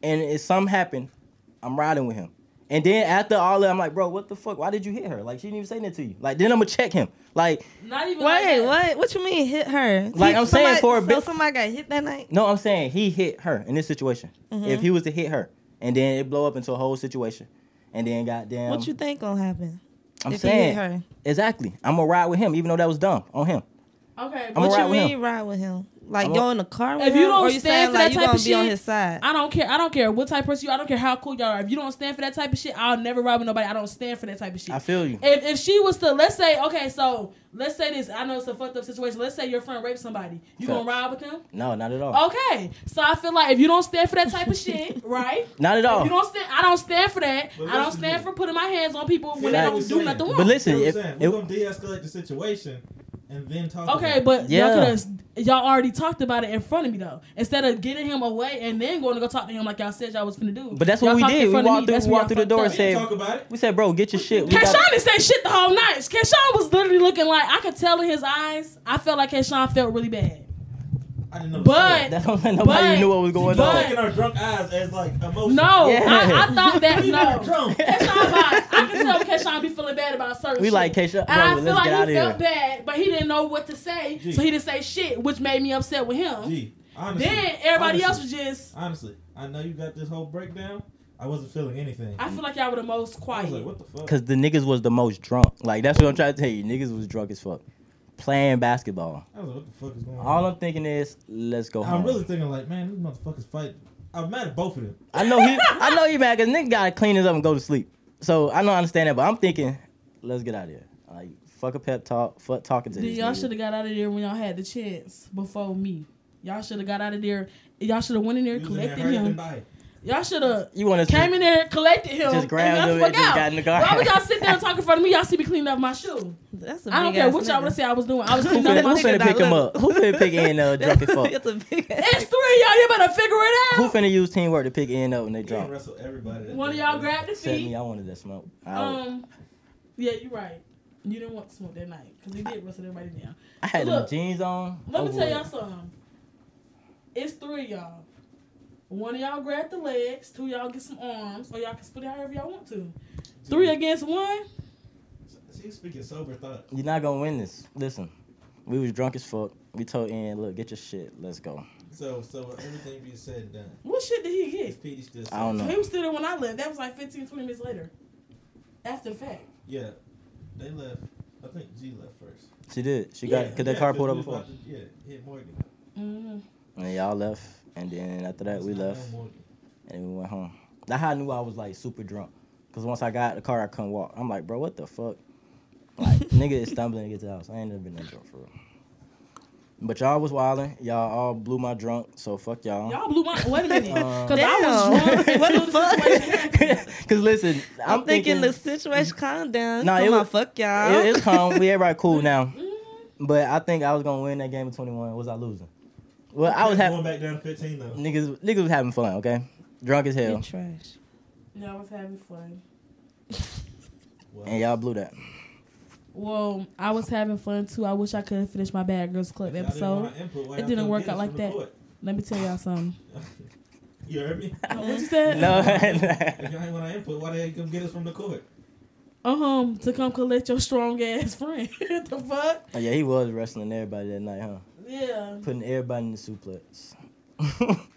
and if something happened, I'm riding with him. And then after all that, I'm like, bro, what the fuck? Why did you hit her? Like, she didn't even say nothing to you. Like, then I'm gonna check him. Like,
Not even. like
Wait,
that.
what? What you mean hit her?
Like, I'm saying
Somebody-
for a
So
bit-
somebody got hit that night.
no, I'm saying he hit her in this situation.
Mm-hmm.
If he was to hit her, and then it blow up into a whole situation, and then goddamn,
What you think gonna happen?
I'm
if he hit
saying
her?
exactly. I'm gonna ride with him, even though that was dumb on him.
Okay,
I'm
but
a-
What
ride
you
with
mean
him.
ride with him? Like
I'm a-
go in the car with
If
him?
you don't
or you
stand
saying,
for
like,
that
you
type
gonna
of
be on
shit,
his side?
I don't care. I don't care what type of person you. I don't care how cool y'all are. If you don't stand for that type of shit, I'll never ride with nobody. I don't stand for that type of shit.
I feel you.
if, if she was to let's say okay, so let's say this. I know it's a fucked up situation. Let's say your friend raped somebody. You gonna
Facts.
ride with them?
No, not at all.
Oh, Okay. So I feel like if you don't stand for that type of shit, right?
Not at
If you
all.
don't stand. I don't stand for that.
But
I don't
listen
stand
here.
for putting my hands on people when they
Facts.
don't do nothing wrong.
But listen,
You
if,
know what I'm
if-
saying? We're gonna de-escalate the situation and then talk.
Okay,
about
but
Yeah.
y'all could have y'all already talked about it in front of me though. Instead of getting him away and then going to go talk to him like y'all said y'all was finna do.
But that's what
Y'all
we
talked
did.
in
We
front of
walked
me.
through-
That's
we
where
walked
y'all
through the
fucked
door
up.
and
it.
said-
We talk about it.
we said, bro, get your shit. We
Keshawn
got-
didn't say shit the whole night. Keshawn was literally looking like I could tell in his eyes. I felt like Keshawn felt really bad.
I didn't know.
But
That's what I'm saying. Nobody
But-
knew what was going
We're
but-
on.
taking our drunk eyes as like emotion.
no,
Yeah.
I, I thought that
we
no.
never drunk.
Keshawn, like, I could tell Keshawn be feeling bad about certain.
We
shit.
like, Keshawn,
And I
bro,
feel
let's get out
like
of
he felt
here.
bad, but he didn't know what to say,
Gee.
so he didn't say shit, which made me upset with him.
Gee, honestly,
Then everybody
honestly,
else was just.
Honestly, I know you got this whole breakdown. I wasn't feeling anything.
I feel like y'all were the most
I
quiet.
was like, what the fuck?
Cause the niggas was the most drunk. Like that's what I'm trying to tell you. Niggas was drunk as fuck, playing basketball.
I was like, what the fuck is going on?
All I'm thinking is, let's go home.
I'm really thinking like, man, these motherfuckers fight. I'm mad at both of them.
I know he, I know you mad, cause nigga gotta clean this up and go to sleep. So I don't understand that, but I'm thinking, let's get out of here. Like fuck a pep talk, fuck talking to
Then
this
y'all
nigga.
should have got out of there when y'all had the chance before me. Y'all should have got out of there. Y'all should have went in there,
He was in there
collected
hurting them
him.
by.
Y'all should have
You want us
came
to,
in there, collected him,
Just
and
grabbed
got
him
the fuck
and just
out.
got in the car.
Why would y'all sit there and talk in front of me? Y'all see me cleaning up my shoe.
That's a
I don't
big
care
ass
what y'all
nigga.
would say. I was doing. I was
who
cleaning
finna,
up
who
my shoe.
finna pick him up? Who finna pick in uh, drunk as fuck?
It's a big ass.
It's three. Y'all, you better figure it
Who
out.
finna use teamwork to pick in up when they
He didn't
drunk?
wrestle everybody. that
One of
day.
y'all grabbed the
Said me,
feet.
I wanted that smoke. I, was-
Um, yeah, you're right. You didn't want to smoke that night because they did wrestle everybody down.
I had
look,
them jeans on.
Let me
over
tell
with.
y'all something. It's three of y'all. One of y'all grab the legs, two of y'all get some arms, or y'all can split it however y'all want to.
Mm.
Three against one.
She's speaking sober thought.
You're not gonna win this. Listen, we was drunk as fuck. We told Ian, look, get your shit, let's go.
So, so with everything being said and done,
What shit did he
is
get?
Petey still?
I don't
sober?
know.
He was still there when I left. That was like 15, 20 minutes later. After the fact.
Yeah, they left. I think G left first.
She did. She
Yeah,
got cause that car
we
pulled up
was
before.
about to- yeah, hit Morgan.
Mm.
And y'all left, and then after that we
It's not
left,
no Morgan.
and we went home. That's how I knew I was like super drunk, cause once I got out the car, I couldn't walk. I'm like, bro, what the fuck? Like, nigga is stumbling to get to the house. I ain't never been that drunk for real. But y'all was wildin'. Y'all all blew my drunk, so fuck y'all.
Y'all blew my. Wait a minute.
Um,
Because I was
Damn.
drunk.
What
until
the
the
fuck?
situation happened.
Cause listen,
I'm, thinking,
this.
the situation calm down.
Nah,
Nah,
it
it
was-
fuck y'all.
It, it's calm. We everybody cool now.
Mhm.
But I think I was gonna win that game of 21. Was I losing? Well, I was
going
having
back down 15 though.
niggas. Niggas was having fun. Okay, drunk as
You
hell,
trash.
Y'all was having fun.
Wow.
and y'all blew that.
Well, I was having fun too. I wish I could have finished my Bad Girls Club
Y'all didn't
episode.
want our input, why
It
y'all
didn't
couldn't
work
get
out
us
like
to
that.
record?
Let me tell y'all something.
you heard me?
what you said?
No,
If y'all ain't want our input, why they ain't come get us from the court?
Um, to come collect your strong ass friend. the fuck?
oh, yeah, he was wrestling everybody that night, huh?
Yeah.
Putting everybody in the suplex.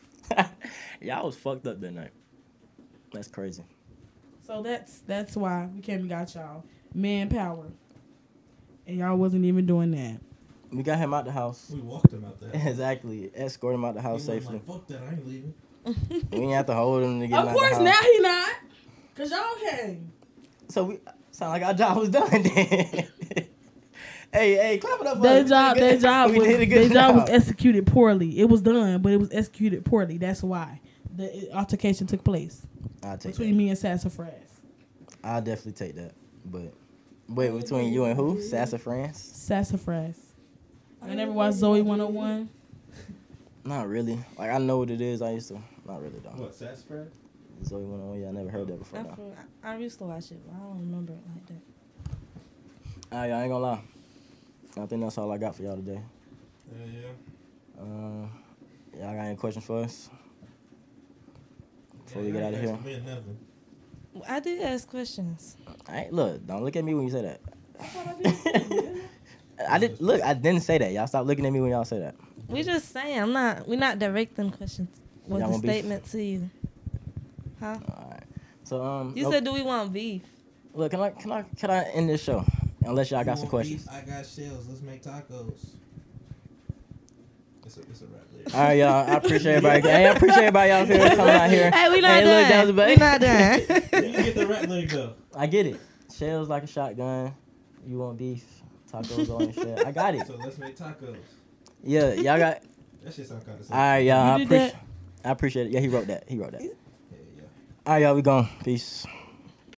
y'all was fucked up that night. That's crazy.
So that's that's why we came and got y'all manpower, and y'all wasn't even doing that.
We got him out the house.
We walked them out there.
Exactly. Escort him out the
He
house
wasn't
safely.
Like, Fuck that, I ain't leaving.
We didn't have to hold him to get him
of
out
course,
the
now
house.
he not, cause y'all came.
So we sound like our job was done then. hey, hey, clap it up. for
Their
us.
job, their job
we
was
did a
their
good
job was
job.
executed poorly. It was done, but it was executed poorly. That's why the altercation took place
I'll take
between me and Sassafras.
that. I'll definitely take that. But wait, between you and who? Sassafras?
Sassafras. I never watched Zoe 101.
Not really. Like I know what it is. I used to. Not really though.
What, Sassafras?
Zoe went on. Yeah, I never heard that
I,
before. Though.
feel- I I used to watch it, but I don't remember it like that.
All right, y'all ain't gonna lie. I think that's all I got for y'all today.
Yeah, yeah.
Uh, y'all got any questions for us? Before we
Yeah,
get
I
out of
ain't
here,
asking me nothing.
I did ask questions.
I ain't, look, don't look at me when you say that. I did look. I didn't say that. Y'all stop looking at me when y'all say that.
We just saying. I'm not. We're not directing questions. Was
Y'all
a
want beef?
statement to you? Huh?
All right. So um,
You
no-
said, do we want beef?
look. Can I can I can I end this show? Unless y'all
You
got some
want
questions.
beef? I got shells. Let's make tacos. It's a, it's a wrap there.
All right, y'all. I appreciate everybody. Hey, I appreciate everybody out here coming out here.
Hey, we not
Hey, look, that
done.
was a
we
bait.
not done.
You can get the rap lyric though.
I get it. Shells like a shotgun. You want beef? Tacos on your shell. I got it.
So let's make tacos.
Yeah, y'all got.
That shit sound kind of
All right, y'all. I
You did that?
appreciate. I appreciate it. Yeah, he wrote that. He wrote that.
Yeah, yeah.
All right, y'all. We gone. Peace.